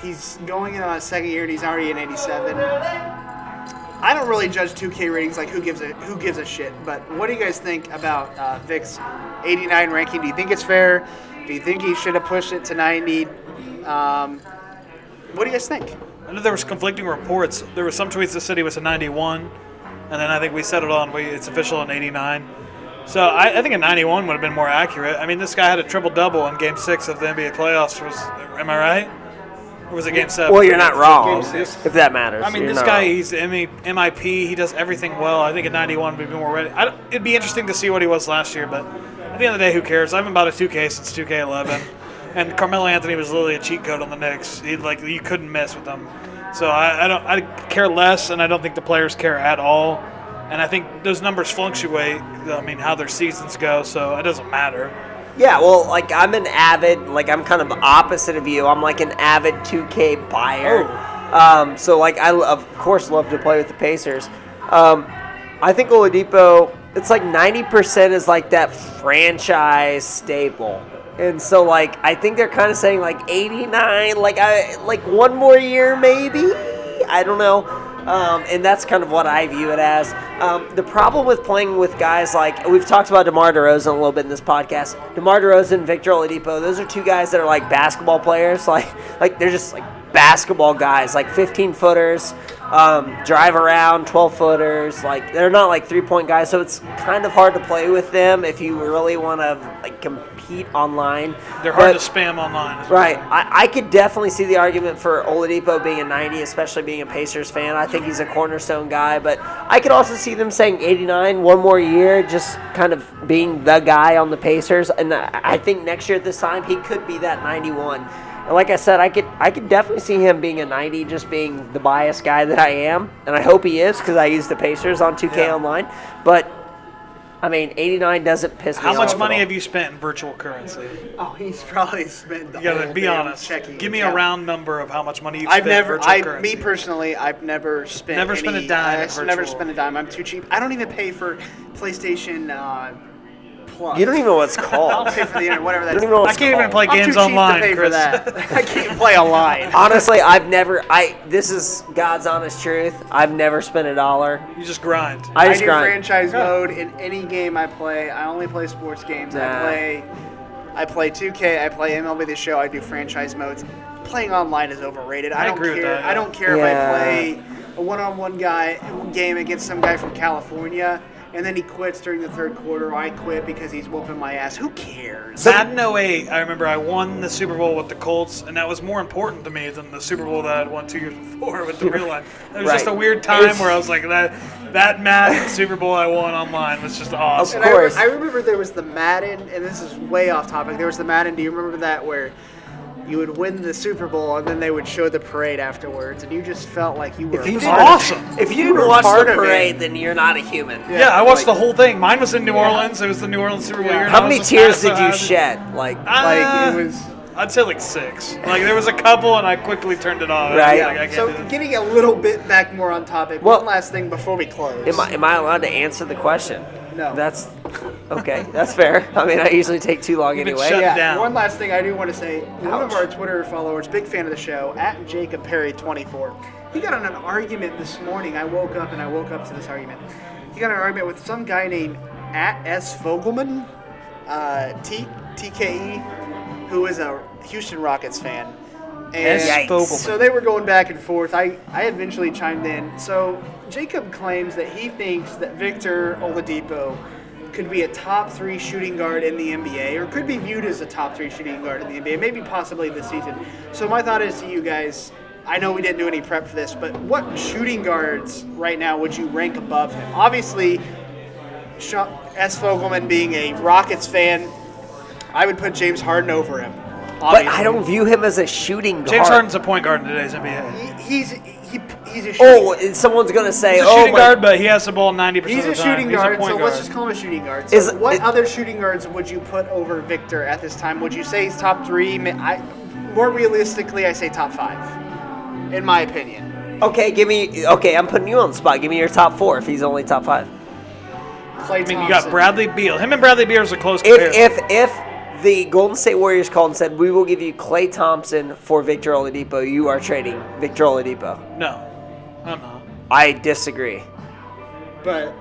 He's going in on his second year and he's already in 87. I don't really judge 2K ratings like who gives a who gives a shit. But what do you guys think about uh, Vic's 89 ranking? Do you think it's fair? Do you think he should have pushed it to 90? Um, what do you guys think? I know there was conflicting reports. There were some tweets that said he was a 91, and then I think we settled on we it's official on 89. So I, I think a 91 would have been more accurate. I mean, this guy had a triple double in Game Six of the NBA playoffs. Was am I right? Or was it Game Seven? Well, you're not wrong, Game Six. if that matters. I mean, You're this not guy, wrong. he's ME MIP. He does everything well. I think at 91 would be more ready. I don't- it'd be interesting to see what he was last year, but at the end of the day, who cares? I haven't bought a 2K since 2K11. and Carmelo Anthony was literally a cheat code on the Knicks. He, like, you couldn't mess with him. So I, I don't I care less, and I don't think the players care at all. And I think those numbers fluctuate. I mean, how their seasons go, so it doesn't matter. Yeah, well, like I'm an avid, like I'm kind of opposite of you. I'm like an avid 2K buyer. Oh. Um, so like I l- of course love to play with the Pacers. Um, I think Oladipo, it's like 90% is like that franchise staple. And so like I think they're kind of saying like 89, like I like one more year maybe. I don't know. Um, and that's kind of what I view it as. Um, the problem with playing with guys like we've talked about DeMar DeRozan a little bit in this podcast. DeMar DeRozan, Victor Oladipo, those are two guys that are like basketball players. Like, like they're just like basketball guys, like 15 footers, um, drive around, 12 footers. Like they're not like three point guys, so it's kind of hard to play with them if you really want to like compete online. They're hard But- to spam online. is what Right. I, I could definitely see the argument for Oladipo being a 90, especially being a Pacers fan. I think he's a cornerstone guy, but I could also see them saying 89 one more year, just kind of being the guy on the Pacers. And I, I think next year at this time, he could be that 91. And like I said, I could I could definitely see him being a 90, just being the biased guy that I am, and I hope he is because I use the Pacers on 2K online. But I mean, 89 doesn't piss me How off. much at money all. have you spent in virtual currency? Oh, he's probably spent. The You gotta whole be day on honest. Checking Give me account. a round number of how much money you've I've spent never, virtual I, currency. me personally, I've never spent. Never spent a any- dime in I s- never virtual. spent a dime. I'm too cheap. I don't even pay for PlayStation uh, Plus. You don't even know what it's I'll called. pay for the internet, whatever that You is. don't even know what I it's can't even called. play I'm too games cheap to online, pay for Chris. that. I can't play online. Honestly, I've never. I this is God's honest truth. I've never spent a dollar. You just grind. I I just do grind. franchise mode in any game I play. I only play sports games. Nah. I play, I play 2K. I play MLB The Show. I do franchise modes. Playing online is overrated. I, I don't agree with care. that, yeah. I don't care Yeah. if I play a one-on-one guy game against some guy from California, and then he quits during the third quarter. Or I quit because he's whooping my ass. Who cares? Madden 08, I remember I won the Super Bowl with the Colts, and that was more important to me than the Super Bowl that I'd won two years before with the real life. It was just Right. a weird time where I was like, that that Madden Super Bowl I won online was just awesome. And I, re- course. I remember there was the Madden, and this is way off topic. There was the Madden. Do you remember that where you would win the Super Bowl and then they would show the parade afterwards, and you just felt like you were If you It's didn't- awesome. If you You were didn't watch part the of it. parade, then you're not a human. Yeah, I watched the whole thing. Mine was in New Orleans. It was the New Orleans Super Bowl. year, and I How was many just tears so did you happy. shed? Like, like Ah. it uh, was. I'd say like six. Like there was a couple, and I quickly turned it off. I was Right. like, I can't So do this. getting a little bit back more on topic. Well- one last thing before we close. am I am I allowed to answer the question? No. That's okay. That's fair. I mean, I usually take too long You've been anyway. shut yeah, down. one last thing I do want to say. One of Ouch. our Twitter followers, big fan of the show, at Jacob Perry 24. He got in an argument this morning. I woke up and I woke up to this argument. He got in an argument with some guy named at S Fogelman, uh, T TKE, who is a Houston Rockets fan. And S. Fogelman. so they were going back and forth. I, I eventually chimed in. So Jacob claims that he thinks that Victor Oladipo could be a top three shooting guard in the NBA, or could be viewed as a top three shooting guard in the NBA, maybe possibly this season. So my thought is to you guys. I know we didn't do any prep for this, but what shooting guards right now would you rank above him? Obviously, Sha- S. Fogelman being a Rockets fan, I would put James Harden over him. But Obviously. I don't view him as a shooting guard. James Harden's a point guard in today's NBA. He- he's he, he's a shooting, Oh, and someone's gonna say, He's a "Oh shooting my guard, but he has the ball 90% he's of the a time. shooting he's guard. a point so guard. let's just call him a shooting guard. So Is- what it- other shooting guards would you put over Victor at this time? Would you say he's top three? Ma- I, more realistically, I say top five, in my opinion. Okay, give me. Okay, I'm putting you on the spot. Give me your top four. If he's only top five. Clay I mean, you got Bradley Beal. Him and Bradley Beal is a close If comparison. if if the Golden State Warriors called and said, "We will give you Clay Thompson for Victor Oladipo. You are trading Victor Oladipo." No, I'm not. I disagree. But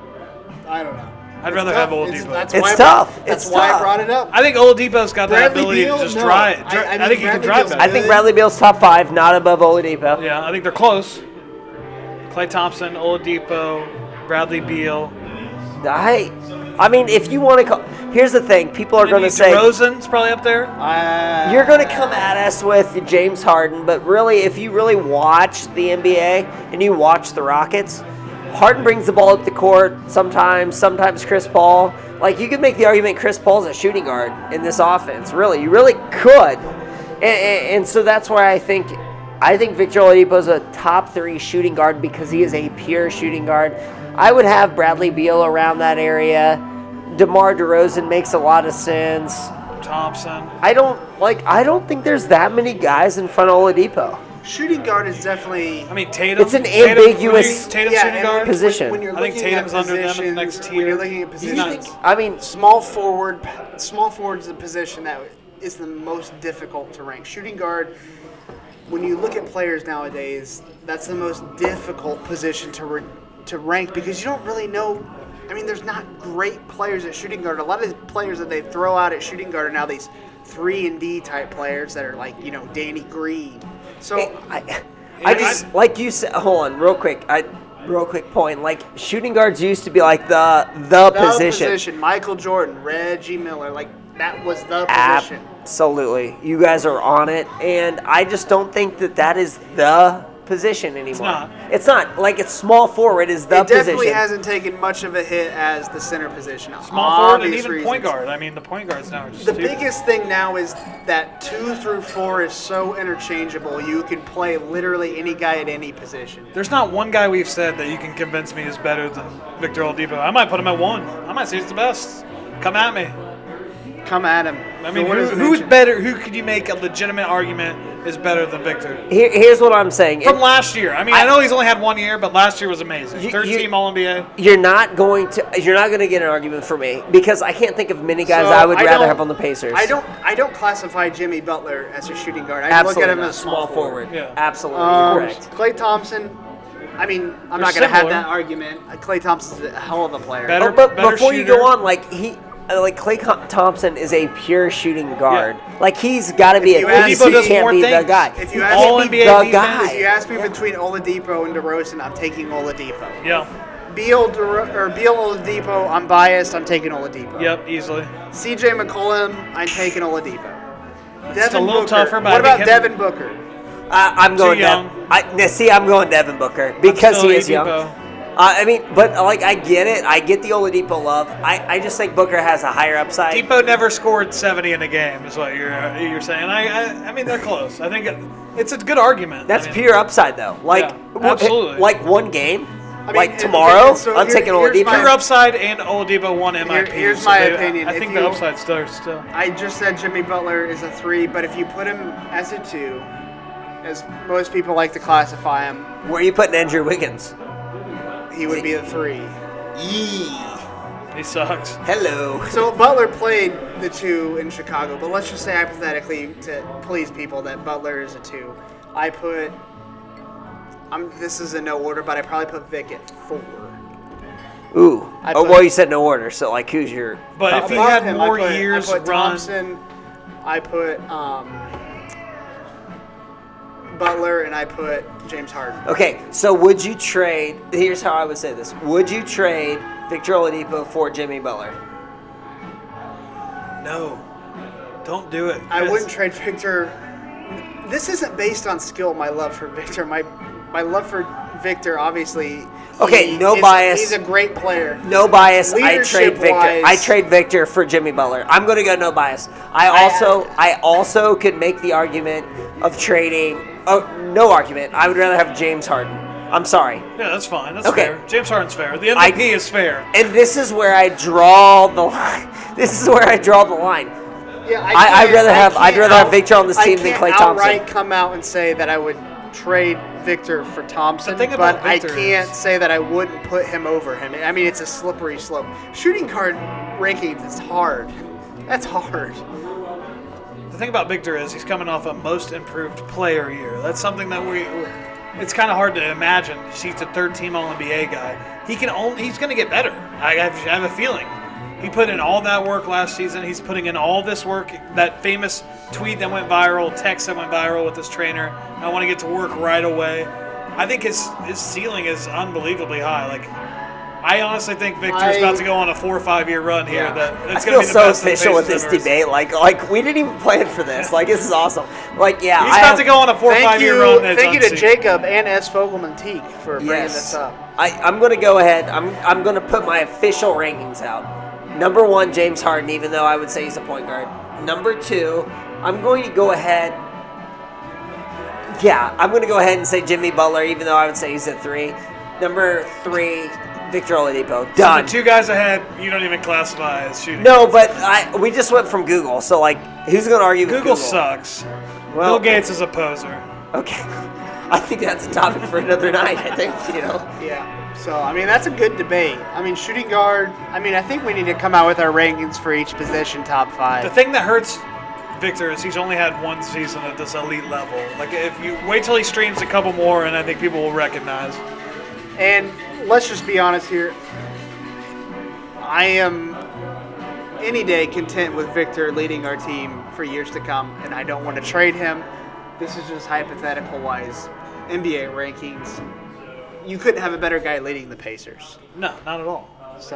I don't know. I'd rather have Oladipo. That's It's why I tough. brought- That's It's why I tough. brought it up. I think Oladipo's got that ability Bradley Beal? to just No. drive. it. I- I I mean, think he can Bradley drive Beal's I better. think Bradley Beal's top five, not above Oladipo. Yeah, I think they're close. Clay Thompson, Oladipo, Bradley Beal. I, I mean, if you want to call, here's the thing: people are going Maybe to say DeRozan's probably up there. I- You're going to come at us with James Harden, but really, if you really watch the NBA and you watch the Rockets, Harden brings the ball up the court sometimes, sometimes Chris Paul. Like, you could make the argument Chris Paul's a shooting guard in this offense, really. You really could. And, and, and so that's why I think. I think Victor Oladipo's a top three shooting guard because he is a pure shooting guard. I would have Bradley Beal around that area. DeMar DeRozan makes a lot of sense. Thompson. I don't like. I don't think there's that many guys in front of Oladipo. Shooting guard is definitely. I mean, Tatum. It's an Tatum- ambiguous- Tatum Yeah, shooting and guard. when- position. When, when you're I think looking at Tatum's under them in the positions, next When tier. you're looking at He's positions, not- I mean, small forward, small forward is the position that is the most difficult to rank. Shooting guard. When you look at players nowadays, that's the most difficult position to re- to rank because you don't really know. I mean, there's not great players at shooting guard. A lot of the players that they throw out at shooting guard are now these three and D type players that are like you know Danny Green. So I, I just like you said. Hold on, real quick. I real quick point. Like shooting guards used to be like the the the, position. Michael Jordan, Reggie Miller, like that was the position. Absolutely, you guys are on it, and I just don't think that that is the position anymore. It's not. It's not like it's small forward is the it definitely position. hasn't taken much of a hit as the center position. Small forward and obvious even reasons. point guard. I mean, the point guards now are just The stupid. biggest thing now is that two through four is so interchangeable. You can play literally any guy at any position. There's not one guy we've said that you can convince me is better than Victor Oladipo. I might put him at one. I might say he's the best. Come at me. Come at him. I mean, The one who, is an who's inter- better? Who could you make a legitimate argument is better than Victor? Here, here's what I'm saying. From It- last year. I mean, I, I- know he's only had one year, but last year was amazing. You- Third you- team All Oh, NBA. you're not going to you're not going to get an argument for me because I can't think of many guys So, I would rather don't- have on the Pacers. I don't. I don't classify Jimmy Butler as a shooting guard. I Absolutely look at him not. as small forward. Um, Yeah. Absolutely correct. Clay Thompson. I mean, I'm not They're going to have similar. that argument. Clay Thompson's a hell of a player. Better Oh, but better before you go shooter. on, like he, uh, like Clay Com- Thompson is a pure shooting guard. Like he's got to be you a ask- he Oladipo does can't more be the things. guy. If He you ask- can't All be NBA the defense, guy. If you ask me between Oladipo and DeRozan, I'm taking Oladipo. Yeah. Beal DeRo- or Beal Oladipo, I'm biased. I'm taking Oladipo. Yep, easily. C.J. McCollum, I'm taking Oladipo. Devin a little Booker. tougher, but I what about think him- Devin Booker? I, I'm going young. Devin. I, now, see, I'm going Devin Booker because still he is young. Oladipo. Uh, I mean, but like I get it. I get the Oladipo love. I, I just think Booker has a higher upside. Depot never scored 70 in a game, is what you're uh, you're saying. I I, I mean, they're close. I think it, it's a good argument. That's I mean, pure upside though. Like Yeah, w- absolutely. Like one game. mean, like and- tomorrow, and so I'm here- taking here's Oladipo. my- Pure upside and Oladipo won MIP. here's so my they- opinion. I If think you- the upside still still. I just said Jimmy Butler is a three, but if you put him as a two, as most people like to classify him, Where are you putting Andrew Wiggins? he would be a three. He sucks. Hello. So Butler played the two in Chicago, but let's just say hypothetically to please people that Butler is a two. I put. I'm. This is in no order, but I probably put Vic at four. Ooh. I oh put- well, you said no order, so like, who's your? But top if he pick? Above had I more put, years I put run- Thompson. I put um, Butler, and I put James Harden. okay, so would you trade? Here's how I would say this: Would you trade Victor Oladipo for Jimmy Butler? No, don't do it. I Chris. wouldn't trade Victor. This isn't based on skill. My love for Victor. My my love for Victor. Obviously. Okay, he no is- bias. He's a great player. No bias. I trade Victor. Leadership-wise- I trade Victor for Jimmy Butler. I'm gonna go no bias. I also, I, also could make the argument of trading. Oh, no argument. I would rather have James Harden. I'm sorry. Yeah, that's fine. That's Okay. fair. James Harden's fair. The MVP I- is fair. And this is where I draw the line. This is where I draw the line. Yeah, I I- I'd can't- rather have- I can't I'd rather have Victor on this I team than can't Klay Thompson. outright come out and say that I would trade Victor for Thompson, The thing but about I Victor can't is- say that I wouldn't put him over him. I mean, it's a slippery slope. Shooting guard rankings is hard. That's hard. thing about Victor is he's coming off a most improved player year. That's something that we. It's kind of hard to imagine. He's a third-team All-NBA guy. He can only. He's going to get better. I have, I have a feeling. He put in all that work last season. He's putting in all this work. That famous tweet that went viral, text that went viral with his trainer. I want to get to work right away. I think his his ceiling is unbelievably high. Like, I honestly think Victor's I- about to go on a four or five year run here. Yeah. That it's I going to feel be the so best in the official with face this I've ever seen. debate. Like, like we didn't even plan for this. Like, this is awesome. Like, yeah, He's I about have- to go on a four or Thank five you, year run. that's thank you to unsealed. Jacob and S. Fogelman Teague for bringing Yes, this up. I, I'm going to go ahead. I'm I'm going to put my official rankings out. Number one, James Harden, even though I would say he's a point guard. Number two, I'm going to go ahead. Yeah, I'm going to go ahead and say Jimmy Butler, even though I would say he's a three. Number three, Victor Oladipo. So Done. The two guys ahead, you don't even classify as shooting. No, but I we just went from Google, so like, who's going to argue with Google Google? sucks. Well- Bill Gates is a poser. Okay. I think that's a topic for another night. I think you know. Yeah. So I mean that's a good debate. I mean shooting guard. I mean I think we need to come out with our rankings for each position top five. The thing that hurts Victor is he's only had one season at this elite level. Like if you wait till he streams a couple more, and I think people will recognize. And let's just be honest here. I am any day content with Victor leading our team for years to come, and I don't want to trade him. This is just hypothetical wise NBA rankings. You couldn't have a better guy leading the Pacers. No, not at all.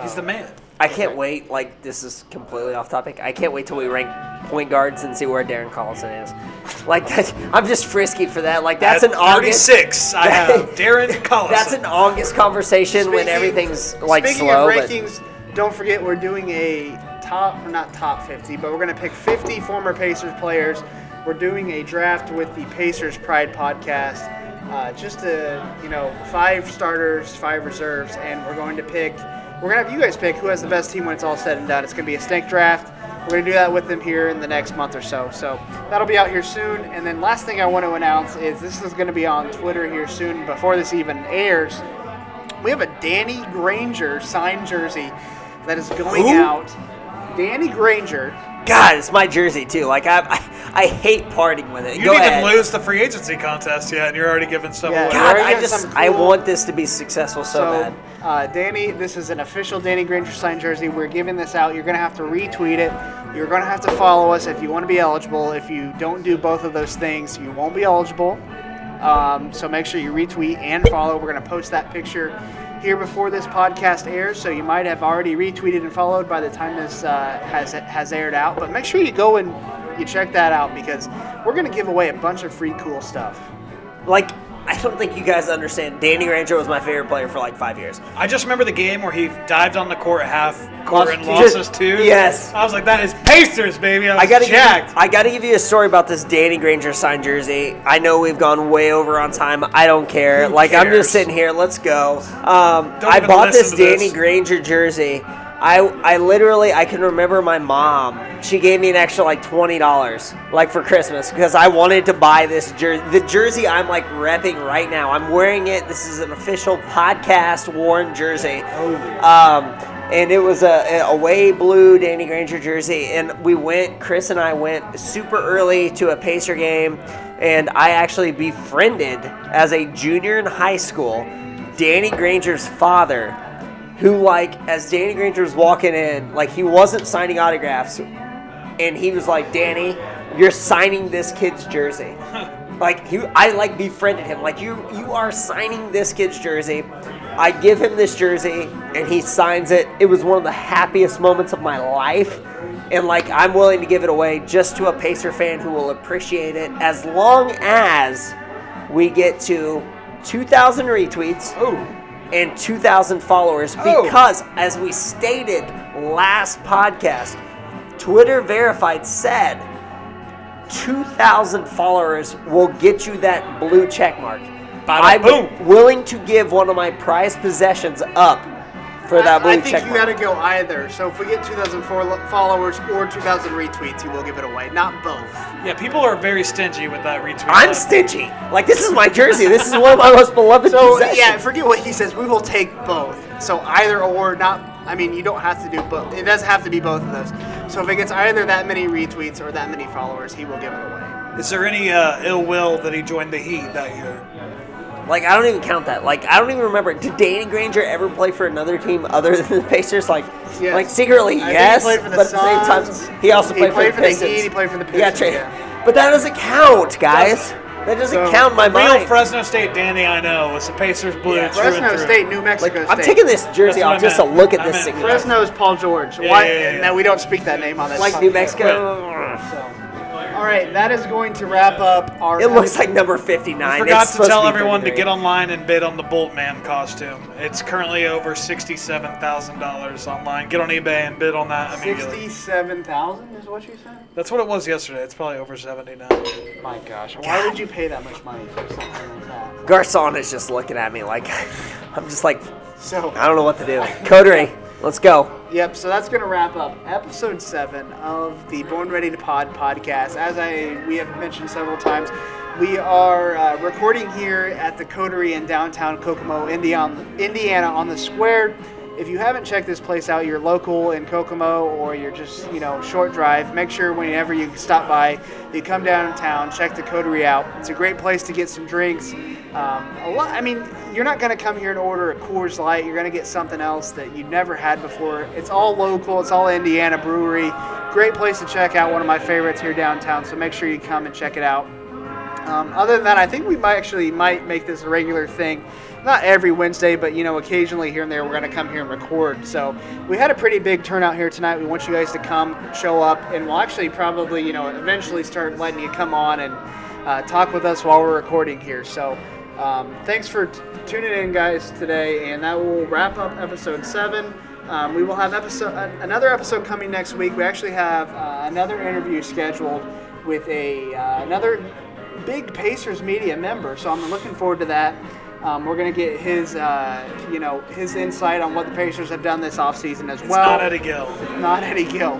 He's the man. I can't wait. Like this is completely off topic. I can't wait till we rank point guards and see where Darren Collison is. Like that, I'm just frisky for that. Like that's At an August. 36. I have Darren Collison. That's an August conversation when everything's like speaking slow. of but rankings, don't forget we're doing a top, not top 50, but we're going to pick 50 former Pacers players. We're doing a draft with the Pacers Pride podcast. Uh, just to, you know, five starters, five reserves, and we're going to pick. We're going to have you guys pick who has the best team when it's all said and done. It's going to be a snake draft. We're going to do that with them here in the next month or so. So that'll be out here soon. And then last thing I want to announce is this is going to be on Twitter here soon before this even airs. We have a Danny Granger signed jersey that is going Who? out. Danny Granger. God, it's my jersey too. Like I, I, I hate parting with it. you Go didn't ahead. even lose the free agency contest yet, and you're already giving stuff Yeah. away. God, We're I getting just something I cool. want this to be successful so, bad. uh, Danny, this is an official Danny Granger signed jersey. We're giving this out. You're going to have to retweet it. You're going to have to follow us if you want to be eligible. If you don't do both of those things, you won't be eligible. Um, so make sure you retweet and follow. We're going to post that picture here before this podcast airs, so you might have already retweeted and followed by the time this uh, has has aired out. But make sure you go and you check that out because we're going to give away a bunch of free cool stuff. Like I don't think you guys understand. Danny Granger was my favorite player for like five years. I just remember the game where he dived on the court at half court and Just- lost us two. yes. I was like, that is Pacers, baby. I was I gotta give jacked. you, I gotta give you a story about this Danny Granger signed jersey. I know we've gone way over on time. I don't care. like I'm cares? just sitting here. Let's go. Um, Don't I even bought listen this to this. Danny Granger jersey. I I literally I can remember my mom. She gave me an extra like twenty dollars like for Christmas because I wanted to buy this jersey. The jersey I'm like repping right now. I'm wearing it. This is an official podcast worn jersey. Um, and it was a, a away blue Danny Granger jersey. And we went, Chris and I went super early to a Pacer game. And I actually befriended, as a junior in high school, Danny Granger's father, who, like, as Danny Granger was walking in, like, he wasn't signing autographs. And he was like, Danny, you're signing this kid's jersey. Like he, I like befriended him. Like you, you are signing this kid's jersey. I give him this jersey, and he signs it. It was one of the happiest moments of my life, and like I'm willing to give it away just to a Pacer fan who will appreciate it, as long as we get to 2,000 retweets and 2,000 followers. Oh. Because as we stated last podcast, Twitter verified said 2,000 followers will get you that blue check mark. I'm boom. willing to give one of my prized possessions up for that blue I, I think check you mark. gotta go either. So if we get 2,000 fo- followers or 2,000 retweets, you will give it away. Not both. Yeah, people are very stingy with that retweet. I'm button. stingy. Like this is my jersey. This is one of my most beloved So possessions. yeah, forget what he says. We will take both. So either or, not. I mean, you don't have to do both. It doesn't have to be both of those. So if it gets either that many retweets or that many followers, he will give it away. Is there any uh, ill will that he joined the Heat that year? Like I don't even count that. Like I don't even remember. Did Danny Granger ever play for another team other than the Pacers? Like, Yes. like secretly, I think he yes. played for the but at the Suns. same time, he also He played, played for for the the Pistons. Heat, he played for the Yeah, Pistons, trade. yeah. But that doesn't count, guys. That doesn't count in my Real mind. Fresno State Danny I know was the Pacers blue. Yeah, through and Fresno through. State, New Mexico like, State. I'm taking this That's jersey what off I just to meant. look at I this meant thing. Fresno's Paul George. Yeah, Why? yeah, yeah, yeah. No, we don't speak that name on this. Like podcast. New Mexico, All right, that is going to wrap up our. it looks like number 59. I It's forgot to supposed tell be everyone to 33. get online and bid on the Bolt Man costume. It's currently over sixty-seven thousand dollars online. Get on eBay and bid on that immediately. sixty-seven thousand is what you said. That's what it was yesterday. It's probably over seventy now. My gosh, why would you pay that much money for something like that? Garcon is just looking at me like, I'm just like, I So, don't know what to do. Codery, let's go. yep. So that's gonna wrap up episode seven of the Born Ready to Pod podcast. As I we have mentioned several times, we are uh, recording here at the Coterie in downtown Kokomo, Indiana, Indiana on the Square. If you haven't checked this place out, you're local in Kokomo or you're just you know short drive, make sure whenever you stop by, you come downtown, check the Coterie out. It's a great place to get some drinks. Um, a lot. I mean, you're not going to come here and order a Coors Light. You're going to get something else that you've never had before. It's all local. It's all Indiana brewery. Great place to check out. One of my favorites here downtown. So make sure you come and check it out. Um, other than that, I think we might actually might make this a regular thing. Not every Wednesday, but you know, occasionally here and there, we're going to come here and record. So we had a pretty big turnout here tonight. We want you guys to come, show up, and we'll actually probably you know eventually start letting you come on and uh, talk with us while we're recording here. So um, thanks for t- tuning in, guys, today, and that will wrap up episode seven. Um, we will have episode an- another episode coming next week. We actually have uh, another interview scheduled with a uh, another big Pacers media member, so I'm looking forward to that. Um, we're gonna get his, uh, you know, his insight on what the Pacers have done this offseason as It's well. not Eddie Gill. Not Eddie Gill.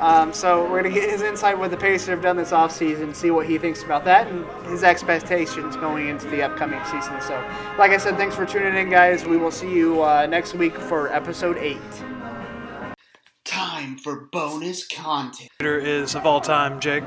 Um, so we're gonna get his insight what the Pacers have done this offseason, see what he thinks about that, and his expectations going into the upcoming season. So, like I said, thanks for tuning in, guys. We will see you uh, next week for episode eight. Time for bonus content. Shooter is of all time, Jake.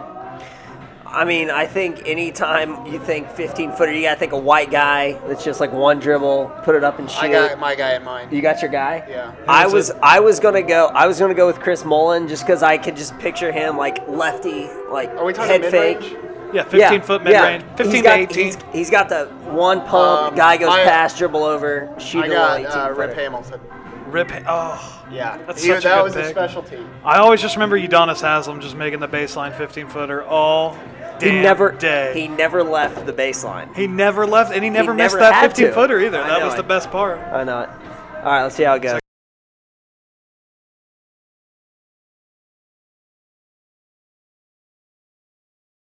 I mean, I think anytime you think 15 footer, you gotta think a white guy that's just like one dribble, put it up and shoot. my guy in mind. You got your guy. Yeah. I was I was gonna go I was gonna go with Chris Mullen just because I could just picture him like lefty like Are we talking head mid-range? fake. Yeah, fifteen foot mid range. yeah. Fifteen He's to got, eighteen. he's- he's got the one pump. Um, guy goes I- uh, past, dribble over, shoot a little 18 footer. Hamilton. Rip. Oh. Yeah, That's He- such a that good was his pick. specialty. I always just remember Udonis Haslam just making the baseline fifteen footer all He damn never day. he never left the baseline. He never left, and he never missed never that had to. 15 footer either. I That know was it. the best part. Why not? All right, let's see how it goes.